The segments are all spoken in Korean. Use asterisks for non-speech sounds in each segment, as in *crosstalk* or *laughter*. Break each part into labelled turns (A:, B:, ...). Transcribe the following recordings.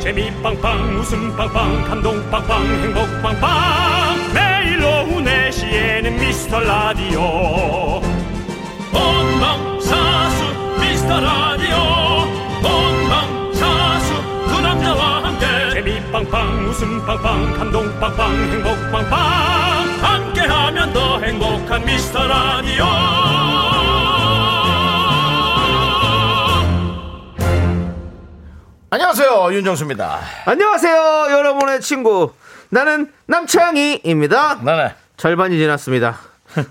A: 재미 빵빵 웃음 빵빵 감동 빵빵 행복 빵빵 매일 오후 4시에는 미스터 라디오 본방사수 미스터 라디오 본방사수 두 남자와 함께 재미 빵빵 웃음 빵빵 감동 빵빵 행복 빵빵 함께하면 더 행복한 미스터 라디오
B: 안녕하세요 윤정수입니다.
C: 안녕하세요, 여러분의 친구. 나는 남창희입니다.
B: 네네.
C: 절반이 지났습니다.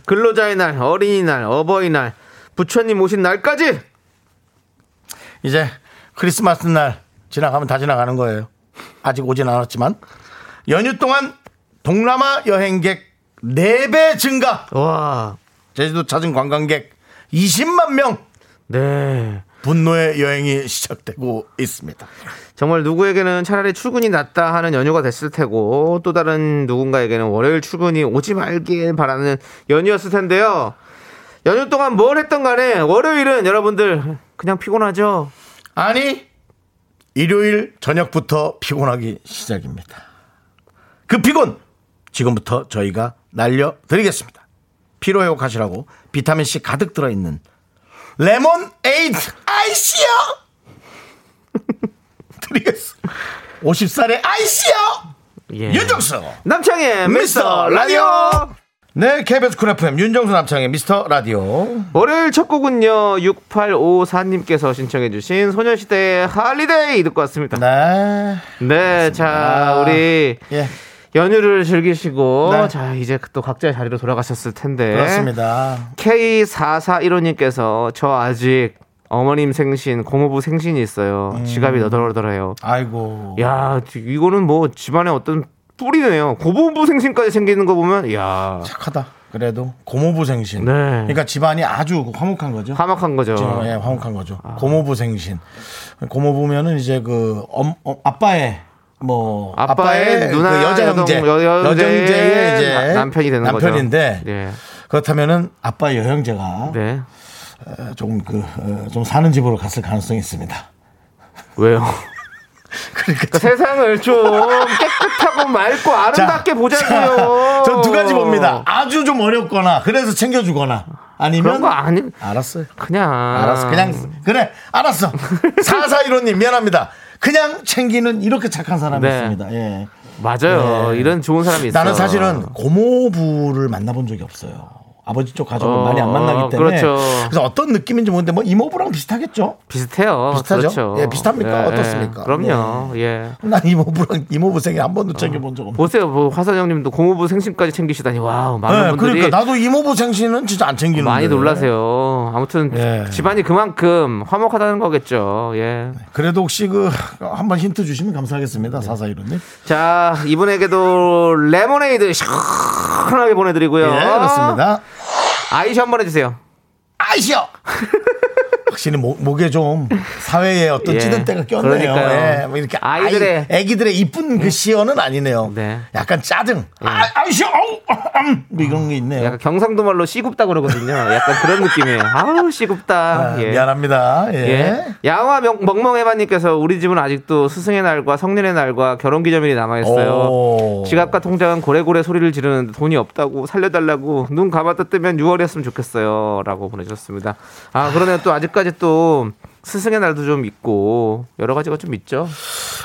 C: 근로자의 날, 어린이날, 어버이날, 부처님 오신 날까지
B: 이제 크리스마스 날 지나가면 다 지나가는 거예요. 아직 오진 않았지만 연휴 동안 동남아 여행객 4배 증가.
C: 와,
B: 제주도 찾은 관광객 20만 명
C: 네.
B: 분노의 여행이 시작되고 있습니다.
C: 정말 누구에게는 차라리 출근이 낫다 하는 연휴가 됐을 테고 또 다른 누군가에게는 월요일 출근이 오지 말길 바라는 연휴였을 텐데요. 연휴 동안 뭘 했던 간에 월요일은 여러분들 그냥 피곤하죠?
B: 아니 일요일 저녁부터 피곤하기 시작입니다. 그 피곤 지금부터 저희가 날려드리겠습니다. 피로 회복하시라고 비타민 C 가득 들어있는 레몬 에이드 아이시요 *laughs* 드리겠습니다. 50살의 아이시요
C: 예.
B: 윤정수
C: 남창의 미스터 라디오!
B: 네 KBS 쿨 FM 윤정수 남창의 미스터 라디오
C: 월요일 첫 곡은요 6854님께서 신청해주신 소녀시대의 할리데이 듣고 왔습니다.
B: 네
C: 네, 자 우리
B: 예,
C: 연휴를 즐기시고
B: 네.
C: 자 이제 또 각자의 자리로 돌아가셨을 텐데
B: 그렇습니다
C: K4415님께서 저 아직 어머님 생신, 고모부 생신이 있어요.
B: 음.
C: 지갑이 너덜너덜해요.
B: 아이고
C: 야, 이거는 뭐 집안의 어떤 뿌리네요. 고모부 생신까지 생기는 거 보면 야,
B: 착하다. 그래도 고모부 생신.
C: 네. 아.
B: 그러니까 집안이 아주 화목한 거죠.
C: 화막한 거죠.
B: 지금, 예, 화목한 거죠. 고모부 생신. 고모부면은 이제 그 엄, 어, 아빠의 뭐
C: 아빠의
B: 그
C: 누나,
B: 여자
C: 여동,
B: 형제,
C: 여- 여동생의
B: 여정제의 이제
C: 나- 남편이 되는 거죠.
B: 남편인데
C: 네.
B: 그렇다면은 아빠 여형제가
C: 네.
B: 조금 그 좀 사는 집으로 갔을 가능성이 있습니다.
C: *laughs* 왜요?
B: 그러니까
C: 세상을 좀 깨끗하고 맑고 아름답게 보자고요.
B: *laughs* 전두 가지 봅니다. 아주 좀 어렵거나 그래서 챙겨주거나 아니면
C: 그런 거 아니
B: 알았어요.
C: 그냥
B: 알았어. 그냥 그래.
C: *laughs*
B: 알았어. 사사이로님 미안합니다. 그냥 챙기는 이렇게 착한 사람이
C: 네.
B: 있습니다. 예.
C: 맞아요.
B: 네.
C: 이런 좋은 사람이 있어.
B: 나는 사실은 고모부를 만나본 적이 없어요. 아버지 쪽 가족을
C: 어,
B: 많이 안 만나기
C: 어,
B: 때문에
C: 그렇죠.
B: 래서 어떤 느낌인지 모르는데 뭐 이모부랑 비슷하겠죠.
C: 비슷해요.
B: 비슷하죠?
C: 그렇죠.
B: 예, 비슷합니까? 어떻습니까?
C: 그럼요. 예.
B: 난 이모부랑 이모부 생일 한 번도 챙겨본 적 없어.
C: 보세요. 뭐 화선영님도 고모부 생신까지 챙기시다니 와우 많은
B: 네,
C: 분들이
B: 그러니까 나도 이모부 생신은 진짜 안 챙기는
C: 많이 놀라세요. 아무튼
B: 예.
C: 집안이 그만큼 화목하다는 거겠죠. 예.
B: 그래도 혹시 그 한번 힌트 주시면 감사하겠습니다. 사사이로님.
C: 자 이분에게도 레모네이드 시원하게 보내드리고요.
B: 예, 그렇습니다.
C: 아이시 한 번 해주세요.
B: 아시오. *laughs* 확실히 목, 목에 좀 사회의 어떤
C: 예,
B: 찌든 때가 꼈네요.
C: 그러니까요.
B: 예, 뭐 이렇게
C: 아이들의- 예.
B: 아이들의 애기들의 이쁜 그 시어는 아니네요.
C: 네. 예.
B: 약간 짜증. 아, 아시오. 아우, 아, 음, 뭐 이런 게 있네요.
C: 약간 경상도 말로 씨굽다 그러거든요. 약간 그런 느낌이에요. 아우 씨굽다.
B: 아,
C: 예.
B: 미안합니다. 예.
C: 예. 양화 명- 멍멍해바님께서 우리 집은 아직도 스승의 날과 성년의 날과 결혼 기념일이 남아있어요.
B: 오.
C: 지갑과 통장은 고래고래 소리를 지르는데 돈이 없다고 살려달라고 눈 감았다 뜨면 6월이었으면 좋겠어요.라고 보내주셨습니다. 아 그러네요. 또 아직까지 또 스승의 날도 좀 있고 여러 가지가 좀 있죠.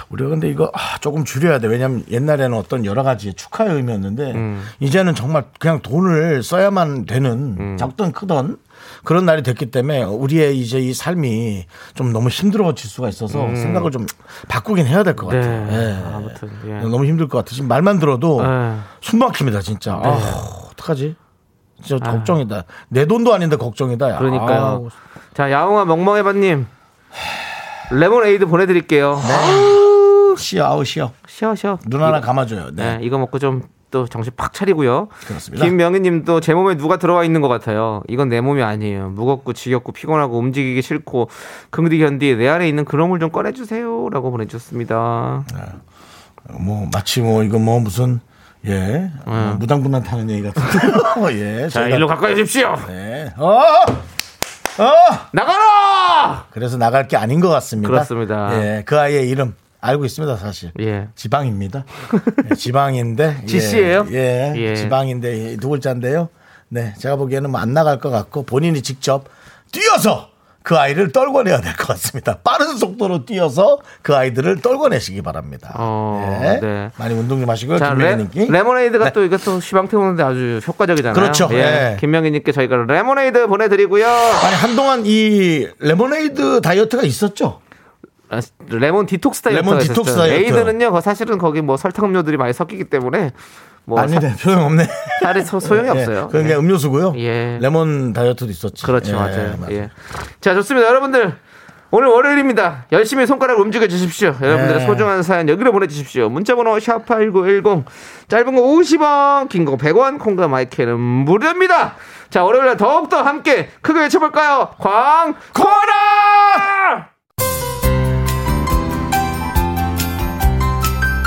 B: 우리가 근데 이거 아, 조금 줄여야 돼. 왜냐면 옛날에는 어떤 여러 가지 축하의 의미였는데
C: 음.
B: 이제는 정말 그냥 돈을 써야만 되는
C: 음.
B: 작든 크든 그런 날이 됐기 때문에 우리의 이제 이 삶이 좀 너무 힘들어질 수가 있어서 생각을 좀 바꾸긴 해야 될 것 같아요.
C: 음. 네.
B: 예.
C: 아무튼, 예.
B: 너무 힘들 것 같아. 지금 말만 들어도
C: 예. 네.
B: 숨 막힙니다, 진짜. 아, 어떡하지? 진짜 걱정이다. 내 돈도 아닌데 걱정이다. 야.
C: 아. 그러니까요.
B: 아우,
C: 자 양화 멍멍해바님 레몬에이드 보내드릴게요.
B: 네. 쉬어, 아우, 쉬어.
C: 쉬어 쉬어.
B: 눈 하나 감아줘요. 네.
C: 네, 이거 먹고 좀 또 정신 팍 차리고요.
B: 그렇습니다.
C: 김명희님도 제 몸에 누가 들어와 있는 것 같아요. 이건 내 몸이 아니에요. 무겁고 지겹고 피곤하고 움직이기 싫고 긍디 견디 내 안에 있는 그놈을 좀 꺼내주세요라고 보내주셨습니다.
B: 네. 뭐 마치 뭐 이거 뭐 무슨 예 어, 무당분한 타는 얘기 같은데 *laughs* 예
C: 음. 자
B: 저희가-
C: 일로 가까이 오십시오.
B: 네. 어! 어!
C: 나가라.
B: 그래서 나갈 게 아닌 것 같습니다 예,
C: 그렇습니다.
B: 예그 아이의 이름 알고 있습니다, 사실.
C: 예. *laughs*
B: 지방입니다. 예, 지방인데. 예,
C: 지씨예요?
B: 예,
C: 예.
B: 지방인데 예, 두 글자인데요. 네, 제가 보기에는 뭐안 나갈 것 같고 본인이 직접 뛰어서 그 아이를 떨궈내야 될 것 같습니다. 빠른 속도로 뛰어서 그 아이들을 떨궈내시기 바랍니다. 예.
C: 어, 네.
B: 많이 운동 좀 하시고요.
C: 자, 레,
B: 김민희님께.
C: 레모네이드가
B: 네.
C: 또 이것도 시방 태우는데 아주 효과적이잖아요.
B: 그렇죠.
C: 예.
B: 예.
C: 김명희님께 저희가 레모네이드 보내드리고요.
B: 아니 한동안 이 레모네이드 다이어트가 있었죠.
C: 아, 레몬 디톡스 다이어트.
B: 레몬 디톡스 다이어트.
C: 에이드는요, 그 사실은 거기 뭐 설탕 음료들이 많이 섞이기 때문에 뭐
B: 아니, 네, 소용없네.
C: 사, 살이 소, 용이 없어요.
B: 네. 그게
C: 예.
B: 음료수고요.
C: 예.
B: 레몬 다이어트도 있었지.
C: 그렇죠,
B: 예,
C: 맞아요. 예. 자, 좋습니다. 여러분들. 오늘 월요일입니다. 열심히 손가락 움직여 주십시오. 여러분들의
B: 네.
C: 소중한 사연 여기로 보내주십시오. 문자번호 샵8910. 짧은 거 50원, 긴 거 100원, 콩과 마이크는 무료입니다. 자, 월요일에 더욱더 함께 크게 외쳐볼까요? 광고라!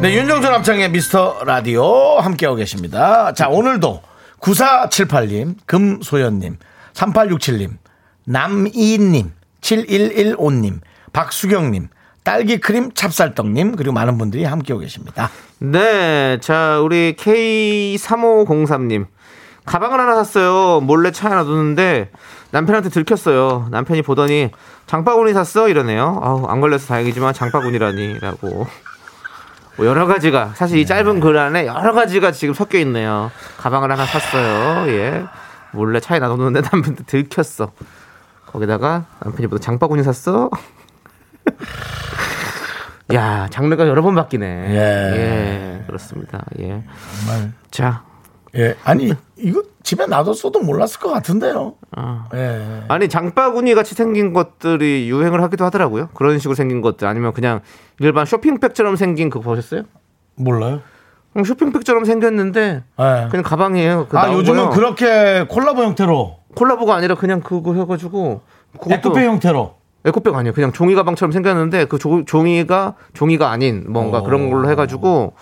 B: 네, 윤정수 남창의 미스터 라디오 함께하고 계십니다. 자, 오늘도 9478님, 금소연님, 3867님, 남이님, 7115님, 박수경님, 딸기크림 찹쌀떡님, 그리고 많은 분들이 함께하고 계십니다.
C: 네, 자, 우리 K3503님. 가방을 하나 샀어요. 몰래 차에 놔뒀는데 남편한테 들켰어요. 남편이 보더니 장바구니 샀어? 이러네요. 아우, 안 걸려서 다행이지만 장바구니라니. 라고. 뭐 여러 가지가, 사실 이 짧은 글 안에 여러 가지가 지금 섞여 있네요. 가방을 하나 샀어요. 예. 몰래 차에 놔뒀는데 남편한테 들켰어. 거기다가 남편이 보다 장바구니 샀어? *laughs* 야, 장르가 여러 번 바뀌네.
B: 예.
C: 예, 그렇습니다. 예.
B: 정말.
C: 자,
B: 예, 아니, 이거 집에 놔뒀어도 몰랐을 것 같은데요.
C: 아.
B: 예.
C: 아니 장바구니 같이 생긴 것들이 유행을 하기도 하더라고요. 그런 식으로 생긴 것들 아니면 그냥 일반 쇼핑백처럼 생긴 그거 보셨어요?
B: 몰라요?
C: 음, 쇼핑백처럼 생겼는데
B: 예.
C: 그냥 가방이에요. 그
B: 아,
C: 나온
B: 요즘은
C: 거요.
B: 그렇게 콜라보 형태로,
C: 콜라보가 아니라 그냥 그거 해가지고 그것도
B: 에코페 형태로.
C: 에코백 아니에요. 그냥 종이 가방처럼 생겼는데 그 조- 종이가 종이가 아닌
B: 어.
C: 뭔가 그런 걸로 해가지고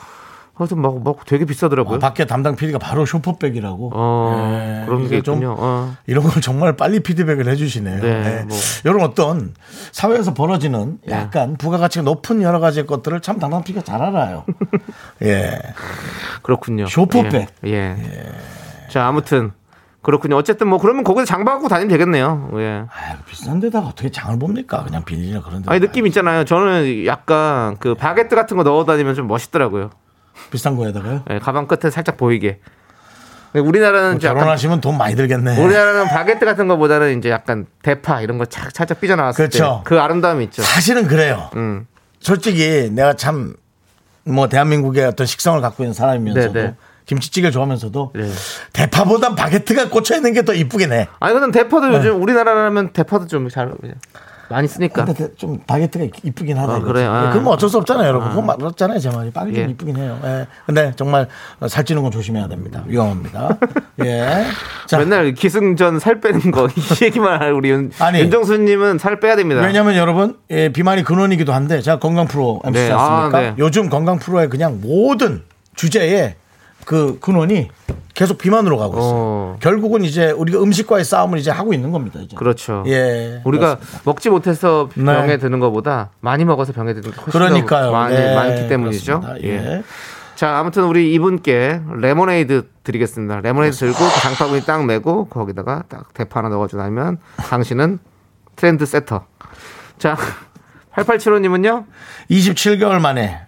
C: 하여튼 막, 막 되게 비싸더라고요.
B: 아, 밖에 담당 PD가 바로 쇼퍼백이라고.
C: 어
B: 예,
C: 그런 게
B: 이게 좀
C: 있군요. 어.
B: 이런 걸 정말 빨리 피드백을 해주시네요.
C: 네,
B: 네.
C: 뭐. 네.
B: 이런 어떤 사회에서 벌어지는 약간 부가가치가 높은 여러 가지 것들을 참 담당 PD가 잘
C: *laughs*
B: 알아요. 예.
C: 그렇군요.
B: 쇼퍼백.
C: 예. 예. 자, 아무튼 그렇군요. 어쨌든 뭐 그러면 거기서 장바구니 다니면 되겠네요. 예.
B: 아, 비싼 데다가 어떻게 장을 봅니까? 그냥 비닐이나 그런 데.
C: 아니 느낌 있잖아요. 저는 약간 그 바게트 같은 거 넣어 다니면 좀 멋있더라고요.
B: 비싼 거에다가요?
C: 예, 가방 끝에 살짝 보이게. 근데 우리나라는 좀 약간
B: 결혼하시면 돈 많이 들겠네.
C: 우리나라는 바게트 같은 거보다는 이제 약간 대파 이런 거 착, 살짝 삐져나왔을
B: 그렇죠.
C: 때 그 아름다움이 있죠.
B: 사실은 그래요.
C: 음.
B: 솔직히 내가 참 뭐 대한민국의 어떤 식성을 갖고 있는 사람이면서도
C: 네, 네.
B: 김치찌개를 좋아하면서도
C: 네.
B: 대파보단 바게트가 꽂혀 있는 게 더 이쁘긴 해.
C: 아니 근데 대파도
B: 네.
C: 요즘 우리나라라면 대파도 좀 잘 많이 쓰니까.
B: 근데 대- 좀 바게트가 이쁘긴 하다.
C: 그러니까. 아,
B: 이거지. 예,
C: 그래요? 아.
B: 그럼 어쩔 수 없잖아요, 여러분. 그건 맞잖아요, 제 말이. 바게트는
C: 예.
B: 이쁘긴 해요. 예. 근데 정말 살찌는 건 조심해야 됩니다.
C: *laughs*
B: 위험합니다. 예. 자,
C: 맨날 기승전 살 빼는 거 *laughs* 이 얘기만 할 우리 윤,
B: 아니.
C: 윤정수님은 살 빼야 됩니다.
B: 왜냐면 여러분 예, 비만이 근원이기도 한데 제가 건강 프로 MC 지
C: 네, 아,
B: 않습니까?
C: 네.
B: 요즘 건강 프로의 그냥 모든 주제에 그 근원이 계속 비만으로 가고 있어요.
C: 어.
B: 결국은 이제 우리가 음식과의 싸움을 이제 하고 있는 겁니다. 이제.
C: 그렇죠.
B: 예.
C: 우리가
B: 그렇습니다.
C: 먹지 못해서
B: 네.
C: 병에 드는 것보다 많이 먹어서 병에 드는 게 훨씬
B: 그러니까요.
C: 더 많이,
B: 네,
C: 많기 때문이죠.
B: 그렇습니다.
C: 예.
B: 예.
C: 자, 아무튼 우리 이분께 레모네이드 드리겠습니다. 레모네이드 들고 그 장바구니 딱 메고 거기다가 딱 대파 하나 넣어주고 나면 당신은 트렌드 세터. 자, *laughs* 8875님은요?
B: 27개월 만에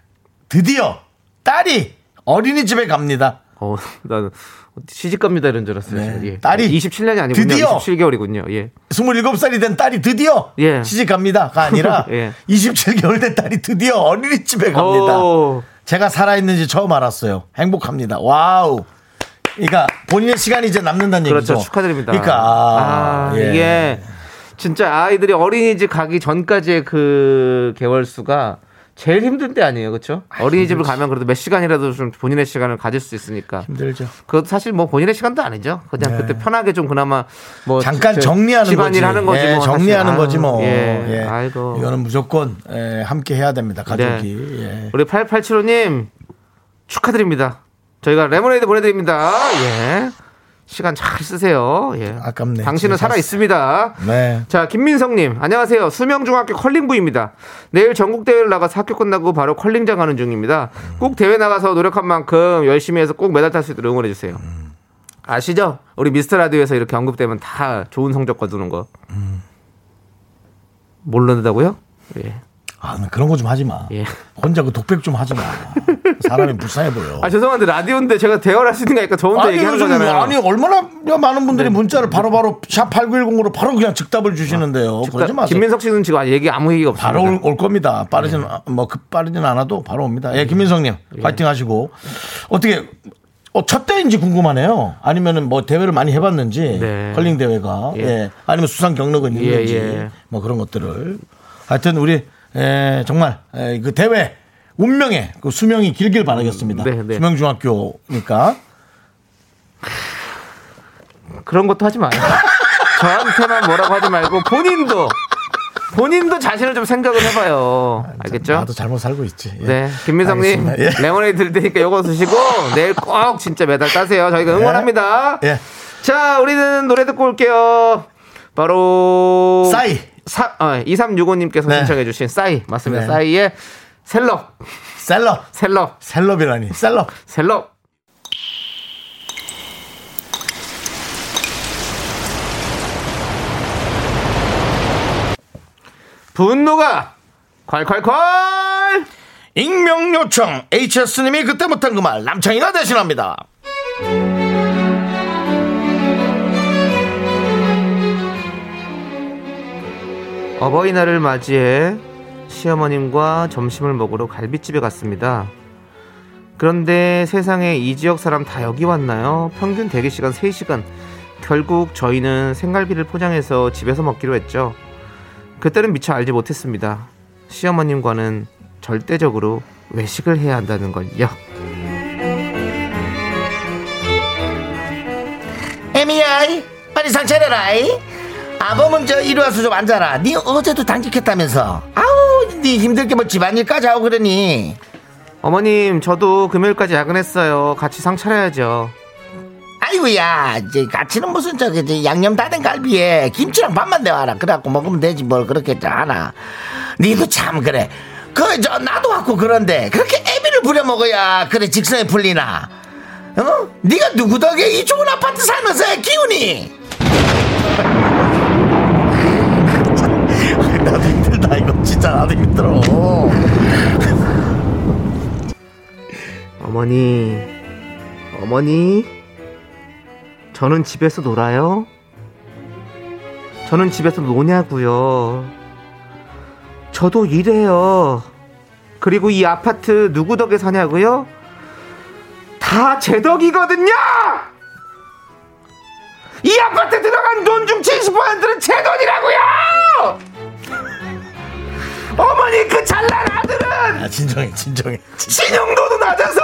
B: 드디어 딸이 어린이집에 갑니다.
C: 어, 나는 시집 갑니다 이런 줄 알았어요.
B: 네.
C: 지금. 예.
B: 딸이
C: 27년이 아니군요.
B: 드디어!
C: 27개월이군요. 예.
B: 27살이 된 딸이 드디어
C: 예.
B: 시집 갑니다가 아니라
C: *laughs* 예.
B: 27개월 된 딸이 드디어 어린이집에 갑니다.
C: 오.
B: 제가 살아있는지 처음 알았어요. 행복합니다. 와우. 그러니까 본인의 시간이 이제 남는다는 얘기죠.
C: 그렇죠. 축하드립니다.
B: 그러니까 아,
C: 아,
B: 예.
C: 이게 진짜 아이들이 어린이집 가기 전까지의 그 개월 수가 제일 힘든 때 아니에요, 그렇죠? 어린이집을 가면 그래도 몇 시간이라도 좀 본인의 시간을 가질 수 있으니까.
B: 힘들죠.
C: 그것도 사실 뭐 본인의 시간도 아니죠. 그냥
B: 네.
C: 그때 편하게 좀 그나마 뭐
B: 잠깐
C: 저-
B: 정리하는
C: 집안일
B: 거지.
C: 하는 거지
B: 예,
C: 뭐 사실.
B: 정리하는
C: 아유,
B: 거지 뭐.
C: 예.
B: 예.
C: 아이고.
B: 이거는 무조건 예, 함께 해야 됩니다. 가족이. 예.
C: 우리 8875님 축하드립니다. 저희가 레모네이드 보내드립니다. 예. 시간 잘 쓰세요. 예.
B: 아깝네.
C: 당신은
B: 진짜
C: 살아
B: 잘
C: 있습니다.
B: 네.
C: 자, 김민성님, 안녕하세요. 수명중학교 컬링부입니다. 내일 전국대회를 나가서 학교 끝나고 바로 컬링장 가는 중입니다. 꼭 대회 나가서 노력한 만큼 열심히 해서 꼭 메달 탈 수 있도록 응원해주세요. 아시죠? 우리 미스터 라디오에서 이렇게 언급되면 다 좋은 성적 거두는 거. 모른다고요? 예.
B: 아, 나 그런 거 좀 하지 마.
C: 예.
B: 혼자 그 독백 좀 하지 마. 사람이 불쌍해 보여.
C: 아, 죄송한데 라디오인데 제가 대화를 할 수 있는 거니까 저 혼자
B: 아니
C: 얘기하는
B: 요즘
C: 거잖아요. 네.
B: 아니 얼마나 많은 분들이 문자를 바로바로 샵 8910으로 바로 그냥 즉답을 주시는데요. 그러지
C: 그러니까
B: 마세요.
C: 김민석 씨는 지금 아직 얘기 아무 얘기가 없습니다.
B: 바로 올, 올 겁니다. 빠르진
C: 네.
B: 뭐 급빠르진 않아도 바로 옵니다. 예, 김민성님 파이팅 하시고 어떻게 어, 첫 대인지 궁금하네요. 아니면은 뭐 대회를 많이 해봤는지
C: 네.
B: 컬링 대회가 예. 아니면 수상 경력은
C: 예,
B: 있는지
C: 예.
B: 뭐 그런 것들을 하여튼 우리 에, 정말 에, 그 대회 운명의 그 수명이 길길 바라겠습니다.
C: 네, 네.
B: 수명 중학교니까
C: 그런 것도 하지 마요. *laughs* 저한테만 뭐라고 하지 말고 본인도 본인도 자신을 좀 생각을 해봐요. 알겠죠?
B: 나도 잘못 살고 있지. 예.
C: 네, 김민성님
B: 알겠습니다. 예.
C: 레몬에이드 드릴 테니까 요거 드시고 내일 꼭 진짜 메달 따세요. 저희가 응원합니다.
B: 예.
C: 자, 우리는 노래 듣고 올게요. 바로
B: 싸이.
C: 사, 어, 2365님께서
B: 네.
C: 신청해주신 싸이 맞습니다.
B: 네.
C: 싸이의 셀럽,
B: 셀럽
C: 셀럽,
B: 셀럽이라니 셀럽
C: 셀럽. 분노가 콸콸콸!
B: 익명 요청 HS님이 그때 못한 그 말 남창이가 대신합니다.
C: 어버이날을 맞이해 시어머님과 점심을 먹으러 갈비집에 갔습니다. 그런데 세상에 이 지역 사람 다 여기 왔나요? 평균 대기 시간 3시간. 결국 저희는 생갈비를 포장해서 집에서 먹기로 했죠. 그때는 미처 알지 못했습니다. 시어머님과는 절대적으로 외식을 해야 한다는 걸요.
B: 에미야이 빨리 상 차려라이 아범은 저 이리 와서 좀 앉아라 네 어제도 당직했다면서 아우 네 힘들게 뭐 집안일까지 하고 그러니
C: 어머님, 저도 금요일까지 야근했어요. 같이 상 차려야죠.
B: 아이고야 이제 같이는 무슨 저기 이제 양념 다된 갈비에 김치랑 밥만 내와라 그래갖고 먹으면 되지 뭘 그렇게 하나 니도 참 그래 그 저 나도 갖고 그런데 그렇게 애비를 부려먹어야 그래 직성이 풀리나 어? 니가 누구 덕에 이 좋은 아파트 사면서 애 키우니 *laughs* 나도 힘들다 이거 진짜 나도 힘들어
C: 어머니, 어머니, 저는 집에서 놀아요. 저는 집에서 노냐고요. 저도 일해요. 그리고 이 아파트 누구 덕에 사냐고요? 다 제 덕이거든요. 이 아파트 들어간 돈 중 70%는 제 돈이라고요. 어머니 그 잘난 아들은
B: 야 진정해 진정해
C: 신용도도 낮아서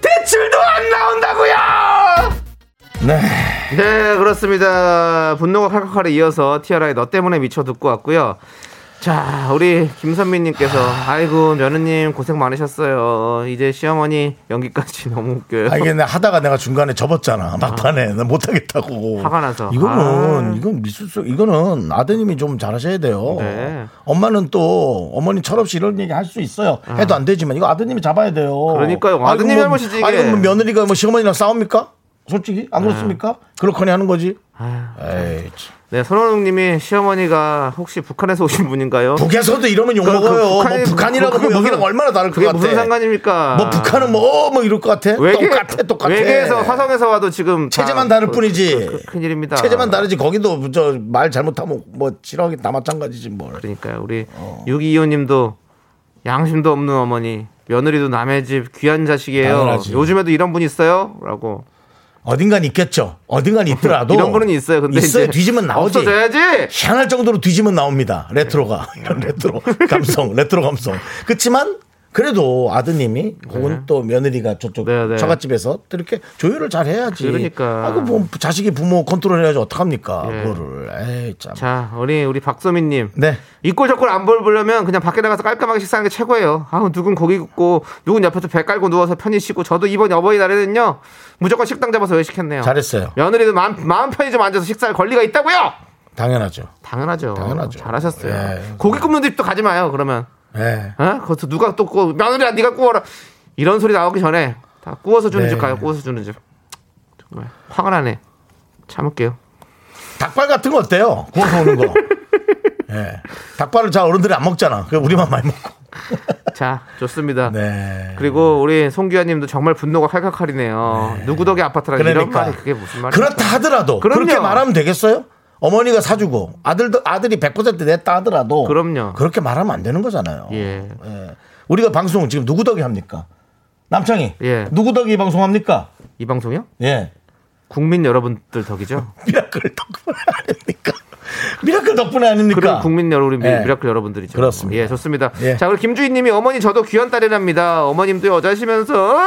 C: 대출도 안 나온다고요.
B: 네
C: 네 그렇습니다. 분노가 칼칼칼에 이어서 티아라의 너 때문에 미쳐 듣고 왔고요. 자 우리 김선미님께서 아이고 며느님 고생 많으셨어요. 이제 시어머니 연기까지 *laughs* 너무 웃겨요.
B: *laughs* 아, 이게 내 하다가 내가 중간에 접었잖아. 막판에. 나 못하겠다고.
C: 화가 나서.
B: 이거는,
C: 아.
B: 이건 미술적, 이거는 아드님이 좀 잘하셔야 돼요.
C: 네.
B: 엄마는 또 어머니 철없이 이런 얘기 할 수 있어요. 해도 안 되지만 이거 아드님이 잡아야 돼요.
C: 아. 그러니까요.
B: 아, 이거
C: 아드님
B: 뭐,
C: 잘못이지, 이게. 네.
B: 아, 이거 뭐 며느리가 뭐 시어머니랑 싸웁니까? 솔직히? 안 그렇습니까? 그렇거니 하는 거지.
C: 아휴.
B: 에이, 참.
C: 네 손호농님이 시어머니가 혹시 북한에서 오신 분인가요?
B: 북에서도 이러면
C: 그- 그
B: 욕먹어요.
C: 북한이-
B: 뭐 북한이라고
C: 그게
B: 뭐 여기랑
C: 무슨-
B: 얼마나 다를 것
C: 그게
B: 같아.
C: 무슨 상관입니까?
B: 뭐 북한은 뭐, 어, 뭐 이럴 것 같아?
C: 외계,
B: 똑같아, 똑같아.
C: 외계에서 화성에서 와도 지금 다
B: 체제만 다를
C: 그-
B: 뿐이지.
C: 그- 그- 큰일입니다.
B: 체제만 다르지 거기도 저 말 잘못하면 뭐 싫어하기 다 마찬가지지 뭘.
C: 그러니까요. 우리
B: 어.
C: 6225님도 양심도 없는 어머니, 며느리도 남의 집 귀한 자식이에요.
B: 당연하지.
C: 요즘에도 이런 분 있어요? 라고
B: 어딘간 있겠죠. 어딘간 있더라도
C: *laughs* 이런 거는 있어요. 근데
B: 있어요.
C: 이제
B: 뒤지면 나오지.
C: 없어져야지.
B: 희한할 정도로 뒤지면 나옵니다. 레트로가 *laughs* 이런 레트로 감성, 레트로 감성. 그렇지만 그래도 아드님이 혹은 또 며느리가 저쪽
C: 네, 네.
B: 처갓집에서 또 이렇게 조율을 잘 해야지.
C: 그러니까.
B: 아그 뭐 자식이 부모 컨트롤 해야지 어떡합니까?
C: 예.
B: 그거를. 에이 참.
C: 자, 우리 우리 박소민님.
B: 네.
C: 이꼴 저꼴 안 보려면 그냥 밖에 나가서 깔끔하게 식사하는 게 최고예요. 아, 누군 고기 굽고 누군 옆에서 배 깔고 누워서 편히 쉬고 저도 이번 어버이날에는요 무조건 식당 잡아서 외식했네요.
B: 잘했어요.
C: 며느리도 마음, 마음 편히 좀 앉아서 식사할 권리가 있다고요.
B: 당연하죠.
C: 당연하죠.
B: 당연하죠.
C: 잘하셨어요.
B: 예.
C: 고기 굽는 집도 가지 마요. 그러면
B: 예.
C: 어? 그것도 누가 또 구, 며느리야 네가 구워라 이런 소리 나오기 전에 다 구워서 주는
B: 네.
C: 집 가요. 구워서 주는 집. 정말 화가 나네. 참을게요.
B: 닭발 같은 거 어때요? 구워서 오는
C: *laughs*
B: 거. 예. 닭발을 잘 어른들이 안 먹잖아. 그 우리만 많이 먹고.
C: 자, 좋습니다.
B: 네.
C: 그리고 우리 송규환님도 정말 분노가 칼칼칼이네요. 누구 덕에 아파트라는 이런
B: 그러니까.
C: 말이 그게 무슨 말이야?
B: 그렇다 하더라도 그
C: 그럼요.
B: 렇게 말하면 되겠어요? 어머니가 사주고 아들도 아들이 100% 냈다 하더라도
C: 그럼요.
B: 그렇게 말하면 안 되는 거잖아요.
C: 예.
B: 예. 우리가 방송 지금 누구 덕이 합니까? 남창희.
C: 예.
B: 누구 덕이 방송합니까?
C: 이 방송이요?
B: 예.
C: 국민 여러분들 덕이죠.
B: 미라클 덕분에 *laughs* 아닙니까? 미라클 덕분에 아닙니까?
C: 그럼 국민 여러분, 우리 미-
B: 예.
C: 미라클 여러분들이죠.
B: 그렇습니다.
C: 예, 좋습니다.
B: 예.
C: 자, 그리고 김주희님이 어머니 저도 귀한 딸이랍니다. 어머님도 여자시면서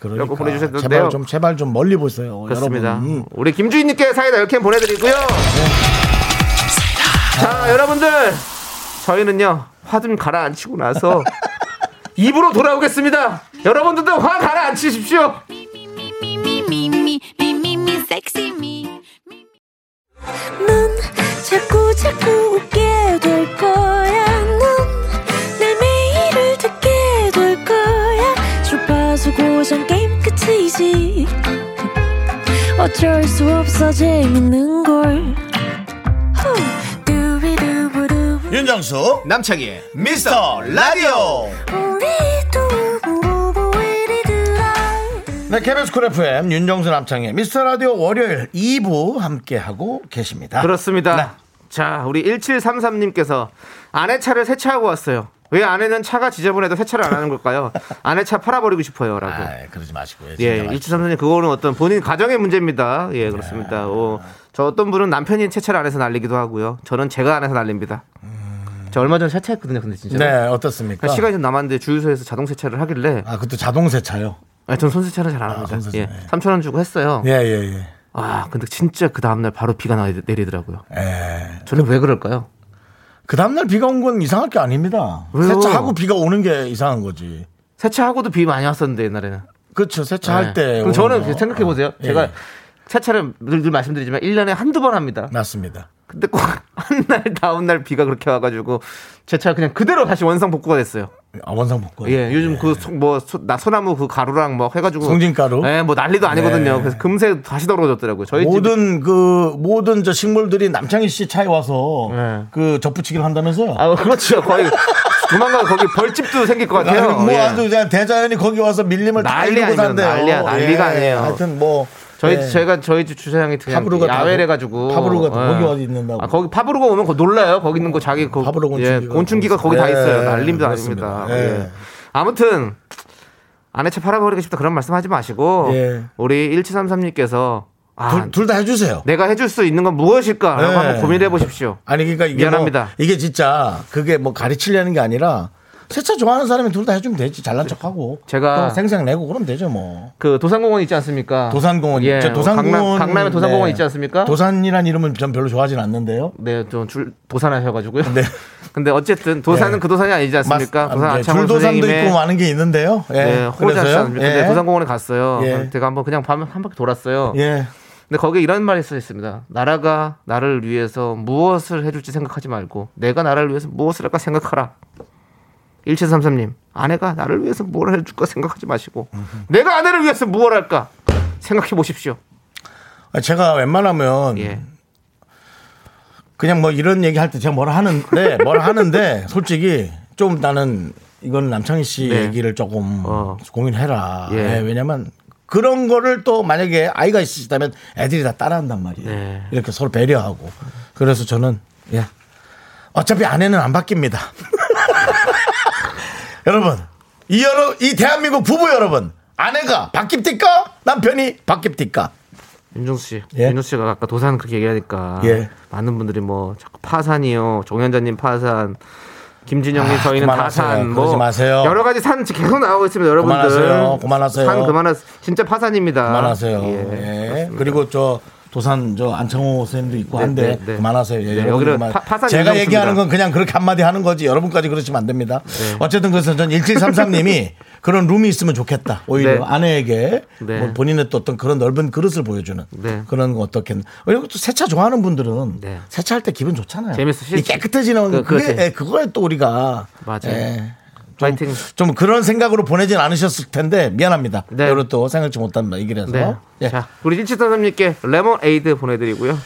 B: 그러니까
C: 라고 보내주셨는데요.
B: 제발 좀 제발 좀 멀리 보세요.
C: 그렇습니다.
B: 여러분.
C: 우리 김주인님께 사이다 10캔 보내드리고요.
B: 네.
C: 자, 여러분들. 저희는요, 화 좀
B: *laughs*
C: 가라앉히고 나서 입으로 돌아오겠습니다. 여러분들도 화 가라앉히십시오.
D: 넌 자꾸 자꾸 웃게 될 거야. 넌내 매일을 듣게 될 거야. 주파수 고정 게임 끝이지. 어쩔 수 없어 재밌는 걸. 후. 두비두부두.
B: 윤정수 남창희 미스터 라디오.
D: 우리 두부부부 우리 두라.
B: 네, KBS 쿨 FM 윤정수 남창희 미스터 라디오 월요일 2부 함께 하고 계십니다.
C: 그렇습니다.
B: 네.
C: 자, 우리 1733님께서 아내 차를 세차하고 왔어요. 왜 아내는 차가 지저분해도 세차를 안 하는 걸까요? 아내 차 팔아버리고 싶어요. 라고.
B: 아, 그러지 마시고요. 진짜
C: 예,
B: 마시고.
C: 일주삼선님 그거는 어떤 본인 가정의 문제입니다. 예, 그렇습니다. 어, 저 어떤 분은 남편이 세차를 안 해서 날리기도 하고요. 저는 제가 안 해서 날립니다. 저 얼마 전에 세차했거든요, 근데 진짜.
B: 네, 어떻습니까?
C: 아, 시간이 좀 남았는데 주유소에서 자동 세차를 하길래
B: 아, 그것도 자동 세차요.
C: 아, 전 손세차는 네. 잘 안 합니다.
B: 손세차,
C: 예.
B: 예.
C: 3천 원 주고 했어요.
B: 예, 예, 예.
C: 아, 근데 진짜 그 다음 날 바로 비가 나- 내리더라고요.
B: 예.
C: 저는 왜 그럴까요?
B: 그 다음날 비가 온 건 이상할 게 아닙니다.
C: 왜요?
B: 세차하고 비가 오는 게 이상한 거지.
C: 세차하고도 비 많이 왔었는데 옛날에는.
B: 그렇죠. 세차할
C: 예.
B: 때.
C: 그럼
B: 오는
C: 저는
B: 거.
C: 생각해 보세요.
B: 예.
C: 제가 세차를 늘, 늘 말씀드리지만 1년에 한두 번 합니다.
B: 맞습니다.
C: 근데 꼭 한 날 다음 날 비가 그렇게 와가지고 제 차 그냥 그대로 다시 원상 복구가 됐어요.
B: 아, 원상 복구.
C: 예, 요즘 그뭐나 소나무 그 가루랑 뭐 해가지고
B: 송진가루?
C: 예, 뭐 난리도 아니거든요.
B: 네.
C: 그래서 금세 다시 더러워졌더라고요. 저희 집
B: 모든 그 모든 저 식물들이 남창희 씨 차에 와서
C: 예.
B: 그 접붙이기를 한다면서요?
C: 아 그렇죠. 거의 *laughs* 조만간 거기 벌집도 생길 것 같아요.
B: 아니, 뭐
C: 예.
B: 아주 그냥 대자연이 거기 와서 밀림을 다
C: 난리
B: 이루고
C: 아니면
B: 산대요.
C: 난리야, 난리가 아니에요.
B: 하여튼 뭐
C: 저희
B: 예.
C: 제가 저희 집 주차장이 그냥
B: 파브르가
C: 야외래
B: 다고? 뭐,
C: 가지고
B: 파브르가 다 거기 어디 있는다고? 어,
C: 아, 거기 파브르가 오면 거 놀라요. 거기 있는 거 자기 그
B: 파브르 곤충기가
C: 예, 곤충기가 거기 다
B: 예,
C: 있어요. 난림도
B: 그렇습니다.
C: 아닙니다.
B: 예.
C: 예. 아무튼 아내 차 팔아버리고 싶다 그런 말씀하지 마시고
B: 예.
C: 우리 1733님께서 아
B: 둘 다 해주세요.
C: 내가 해줄 수 있는 건 무엇일까라고
B: 네.
C: 한번 고민해 보십시오.
B: 아니 그러니까 이게
C: 미안합니다.
B: 뭐, 이게 진짜 그게 뭐 가르치려는 게 아니라 세차 좋아하는 사람이 둘 다 해주면 되지 잘난 척하고
C: 제가-
B: 또 생색 내고 그러면 되죠 뭐
C: 그 도산공원 있지 않습니까?
B: 도산공원
C: 예,
B: 저 도산공원
C: 강남, 강남에 도산공원
B: 네.
C: 있지 않습니까?
B: 도산이란 이름은 전 별로 좋아하진 않는데요
C: 네, 좀 줄 도산하셔가지고요.
B: 네.
C: *laughs* 근데 어쨌든 도산은
B: 네.
C: 그 도산이 아니지 않습니까?
B: 맞-
C: 도산
B: 네,
C: 아창원
B: 줄도산도
C: 선생님의
B: 있고 많은 게 있는데요 예
C: 네, 호지
B: 그래서요?
C: 않습니까? 근데
B: 예.
C: 도산공원에 갔어요.
B: 예.
C: 제가 한번 그냥 밤 한 바퀴 돌았어요.
B: 예
C: 근데 거기에 이런 말이 써 있습니다. 나라가 나를 위해서 무엇을 해줄지 생각하지 말고 내가 나라를 위해서 무엇을 할까 생각하라. 1733님 아내가 나를 위해서 뭘 해줄까 생각하지 마시고 내가 아내를 위해서 무엇 할까 생각해 보십시오.
B: 아, 제가 웬만하면
C: 예.
B: 그냥 뭐 이런 얘기 할 때 제가 뭘 하는데 뭘 하는데 *laughs* 솔직히 좀 나는 이건 남창희 씨
C: 네.
B: 얘기를 조금
C: 어.
B: 고민해라.
C: 예.
B: 예, 왜냐면 그런 거를 또 만약에 아이가 있으시다면 애들이 다 따라한단 말이에요.
C: 네.
B: 이렇게 서로 배려하고 그래서 저는 예. 어차피 아내는 안 바뀝니다. *laughs* 여러분 이 여러 이 대한민국 부부 여러분 아내가 바뀝니까? 남편이 바뀝니까?
C: 윤종수 씨,
B: 예.
C: 윤종수 씨가 아까 도산 그렇게 얘기하니까
B: 예.
C: 많은 분들이 뭐 자꾸 파산이요, 정현자님 파산, 김진영님
B: 아,
C: 저희는
B: 그만하세요.
C: 다산,
B: 그러지
C: 뭐
B: 마세요.
C: 여러 가지 산 지금 계속 나오고 있습니다, 여러분들.
B: 그만하세요. 그만하세요.
C: 산 그만하, 진짜 파산입니다.
B: 그만하세요.
C: 예.
B: 예. 그리고 저 도산 저 안창호 선생님도 있고
C: 네,
B: 한데
C: 네, 네.
B: 그만하세요. 예,
C: 네,
B: 여러분
C: 여기는
B: 그만.
C: 파- 파산
B: 제가
C: 인정수입니다.
B: 얘기하는 건 그냥 그렇게 한마디 하는 거지 여러분까지 그러시면 안 됩니다.
C: 네.
B: 어쨌든 그래서 전
C: *laughs*
B: 1733님이 그런 룸이 있으면 좋겠다. 오히려
C: 네.
B: 아내에게
C: 네.
B: 뭐 본인의 또 어떤 그런 넓은 그릇을 보여주는
C: 네.
B: 그런 거 어떻겠나. 왜냐면 또 세차 좋아하는 분들은
C: 네.
B: 세차할 때 기분 좋잖아요.
C: 재밌어,
B: 이
C: 실제.
B: 깨끗해지는
C: 그-
B: 그, 게
C: 그거지.
B: 예, 그거에 또 우리가
C: 맞아요.
B: 예, 좀,
C: 파이팅.
B: 좀 그런 생각으로 보내진 않으셨을 텐데 미안합니다.
C: 네.
B: 여러분 또 생각지 못한 얘기를 해서.
C: 네.
B: 예.
C: 자, 우리 일치사님께 레몬 에이드 보내드리고요.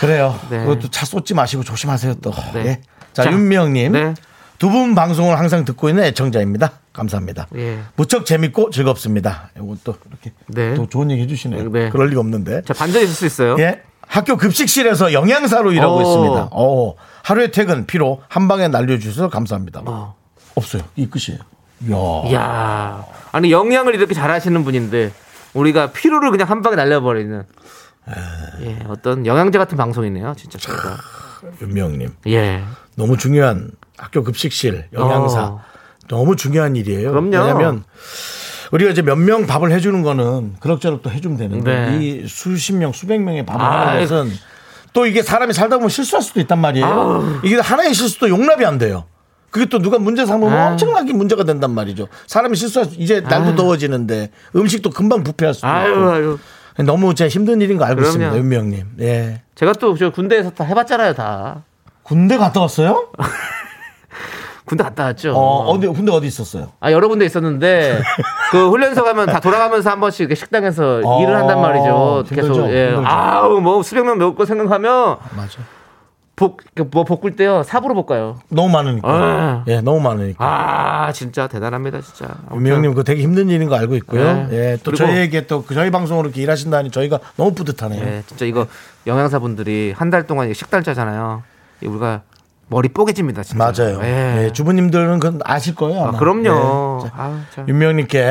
B: 그래요.
C: 네.
B: 그것도 차 쏟지 마시고 조심하세요 또.
C: 네.
B: 예. 자,
C: 자,
B: 윤미영님.
C: 네.
B: 두 분 방송을 항상 듣고 있는 애청자입니다. 감사합니다.
C: 예.
B: 무척 재밌고 즐겁습니다. 이건 또 이렇게
C: 네.
B: 또 좋은 얘기 해주시네요.
C: 네.
B: 그럴 리가 없는데.
C: 자, 반전이 있을 수 있어요.
B: 예. 학교 급식실에서 영양사로 일하고
C: 오.
B: 있습니다. 어, 하루의 퇴근 피로 한 방에 날려주셔서 감사합니다.
C: 어. 예.
B: 없어요. 이 끝이에요. 이야.
C: 이야. 아니, 영양을 이렇게 잘하시는 분인데, 우리가 피로를 그냥 한 방에 날려버리는.
B: 아.
C: 예, 어떤 영양제 같은 방송이네요, 진짜. 저희가.
B: 윤미영님.
C: 예.
B: 너무 중요한 학교 급식실 영양사
C: 어.
B: 너무 중요한 일이에요.
C: 그럼요.
B: 왜냐하면 우리가 이제 몇 명 밥을 해주는 거는 그럭저럭 또 해주면 되는데
C: 네.
B: 이 수십 명 수백 명의 밥을
C: 아,
B: 하는 것은 또 이게 사람이 살다 보면 실수할 수도 있단 말이에요.
C: 아우.
B: 이게 하나의 실수도 용납이 안 돼요. 그게 또 누가 문제 삼으면
C: 아유.
B: 엄청나게 문제가 된단 말이죠. 사람이 실수할 수, 이제 날도
C: 네. 아유.
B: 더워지는데 음식도 금방 부패할 수도
C: 아유, 아유.
B: 있고 너무 제 힘든 일인 거 알고
C: 그럼요.
B: 있습니다, 윤명님. 예.
C: 제가 또 저 군대에서 다 해봤잖아요, 다.
B: 군대 갔다 왔어요?
C: 군대 갔다 왔죠.
B: 어, 어디 군대 어디 있었어요?
C: 아, 여러
B: *laughs*
C: 군데 있었는데, 그 훈련소 가면 다 돌아가면서 한 번씩 이렇게 식당에서
B: 어,
C: 일을 한단 말이죠. 계속.
B: 힘들죠,
C: 예.
B: 힘들죠.
C: 아우, 뭐 수백 명 먹을 거 생각하면,
B: 맞아.
C: 복, 뭐 볶을 때요, 삽으로 볶아요.
B: 너무 많으니까.
C: 아.
B: 예, 너무 많으니까.
C: 아, 진짜 대단합니다, 진짜.
B: 미영님 그거 되게 힘든 일인 거 알고 있고요.
C: 아, 네.
B: 예, 또
C: 그리고-
B: 저희에게 또그 저희 방송으로 이렇게 일하신다니 저희가 너무 뿌듯하네요.
C: 예, 진짜 이거 영양사분들이 한 달 동안 이게 식달자잖아요. 이 우리가 머리 뽀개집니다, 진짜.
B: 맞아요.
C: 예.
B: 예, 주부님들은 그건 아실 거예요.
C: 아,
B: 아마.
C: 그럼요.
B: 예. 자,
C: 아, 참.
B: 윤명님께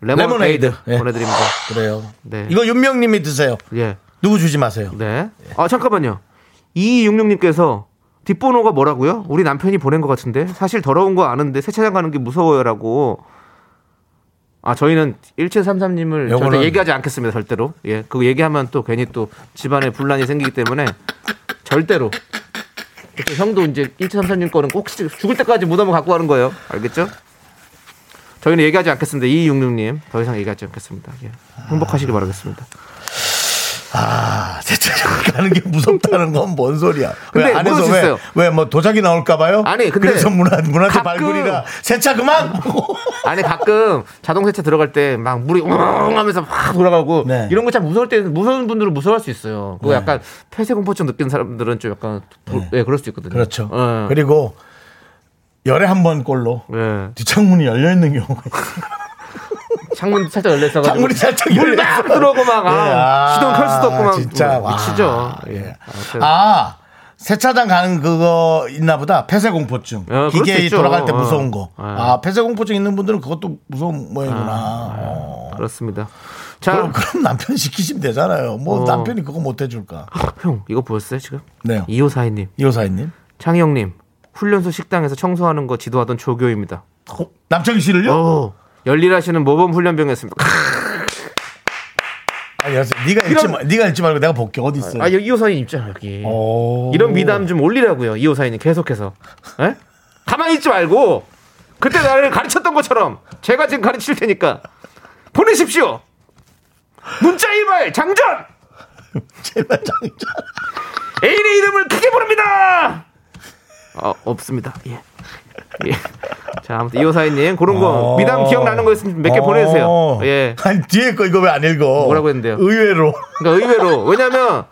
C: 레몬
B: 레몬에이드
C: 레몬에이드
B: 예,
C: 보내드립니다.
B: 그래요.
C: 네.
B: 이거 윤명님이 드세요.
C: 예.
B: 누구 주지 마세요.
C: 네. 아, 잠깐만요. 2266님께서 뒷번호가 뭐라고요? 우리 남편이 보낸 것 같은데 사실 더러운 거 아는데 세차장 가는 게 무서워요라고. 아, 저희는 1733님을 절대
B: 요거는-
C: 얘기하지 않겠습니다, 절대로. 예, 그거 얘기하면 또 괜히 또 집안에 분란이 생기기 때문에 절대로. 그래서 형도 이제 1733님 거는 꼭 시- 죽을 때까지 무덤을 갖고 가는 거예요. 알겠죠? 저희는 얘기하지 않겠습니다. 2266님. 더 이상 얘기하지 않겠습니다. 예. 행복하시길 바라겠습니다.
B: 아, 세차장 *laughs* 가는 게 무섭다는 건 뭔 소리야? 왜
C: 근데
B: 안에서
C: 그럴 수 있어요.
B: 왜왜뭐 도자기 나올까 봐요?
C: 아니, 근데
B: 그래서 문화 문화재
C: 가끔-
B: 발굴이라 세차 그만.
C: *laughs*
B: 하고.
C: 아니 가끔 자동세차 들어갈 때 막 물이 웅 하면서 막 돌아가고
B: 네.
C: 이런 거 참 무서울 때는 무서운 분들은 무서워할 수 있어요. 그거 약간 폐쇄공포증 느낀 사람들은 좀 약간 불- 예, 그럴 수 있거든요.
B: 네. 그렇죠.
C: 예.
B: 그리고 열에 한 번 꼴로
C: 예.
B: 뒷창문이 열려 있는 경우가 있어요.
C: 창문 아, 살짝 열려 있어 가지고
B: 창문이 살짝 열려
C: 막 들어오고 막
B: 예,
C: 아, 시동 켤 수도 없고 막
B: 진짜
C: 음,
B: 와.
C: 미치죠.
B: 예.
C: 아무튼.
B: 아 세차장 가는 그거 있나 보다 폐쇄 공포증
C: 어, 그럴 수
B: 기계
C: 있죠.
B: 돌아갈 때
C: 어.
B: 무서운 거.
C: 예.
B: 아 폐쇄 공포증 있는 분들은 그것도 무서운 모양이구나. 어.
C: 그렇습니다. 아, 예. 자,
B: 그럼, 그럼 남편 시키시면 되잖아요. 뭐
C: 어.
B: 남편이 그거 못 해줄까?
C: 아, 형 이거 보셨어요 지금?
B: 네요.
C: 이호 사인님,
B: 이호사님,
C: 창영님, 훈련소 식당에서 청소하는 거 지도하던 조교입니다.
B: 어? 남창희 씨를요?
C: 오, 열일하시는 모범 훈련병이었습니다.
B: 아니, 알았어. 네가 읽지
C: 그럼-
B: 마, 네가 읽지 말고 내가 볼게 어디 있어요?
C: 아 여기 이호사인 있잖아 여기.
B: 어, 오.
C: 이런 미담 좀 올리라고요 이호사인이 계속해서. 에? 가만히 있지 말고 그때 나를 가르쳤던 것처럼 제가 지금 가르칠 테니까 보내십시오. 문자 이발 장전
B: 제발 장자.
C: 애인의 이름을 크게 부릅니다. 어, 없습니다. 예. 예. 자 아무튼 이호사인님 그런 거
B: 어.
C: 미담 기억나는 거 있으면 몇 개
B: 어.
C: 보내주세요. 예.
B: 아니 뒤에 거 이거 왜 안 읽어?
C: 뭐라고 했는데요?
B: 의외로.
C: 그러니까 의외로 왜냐면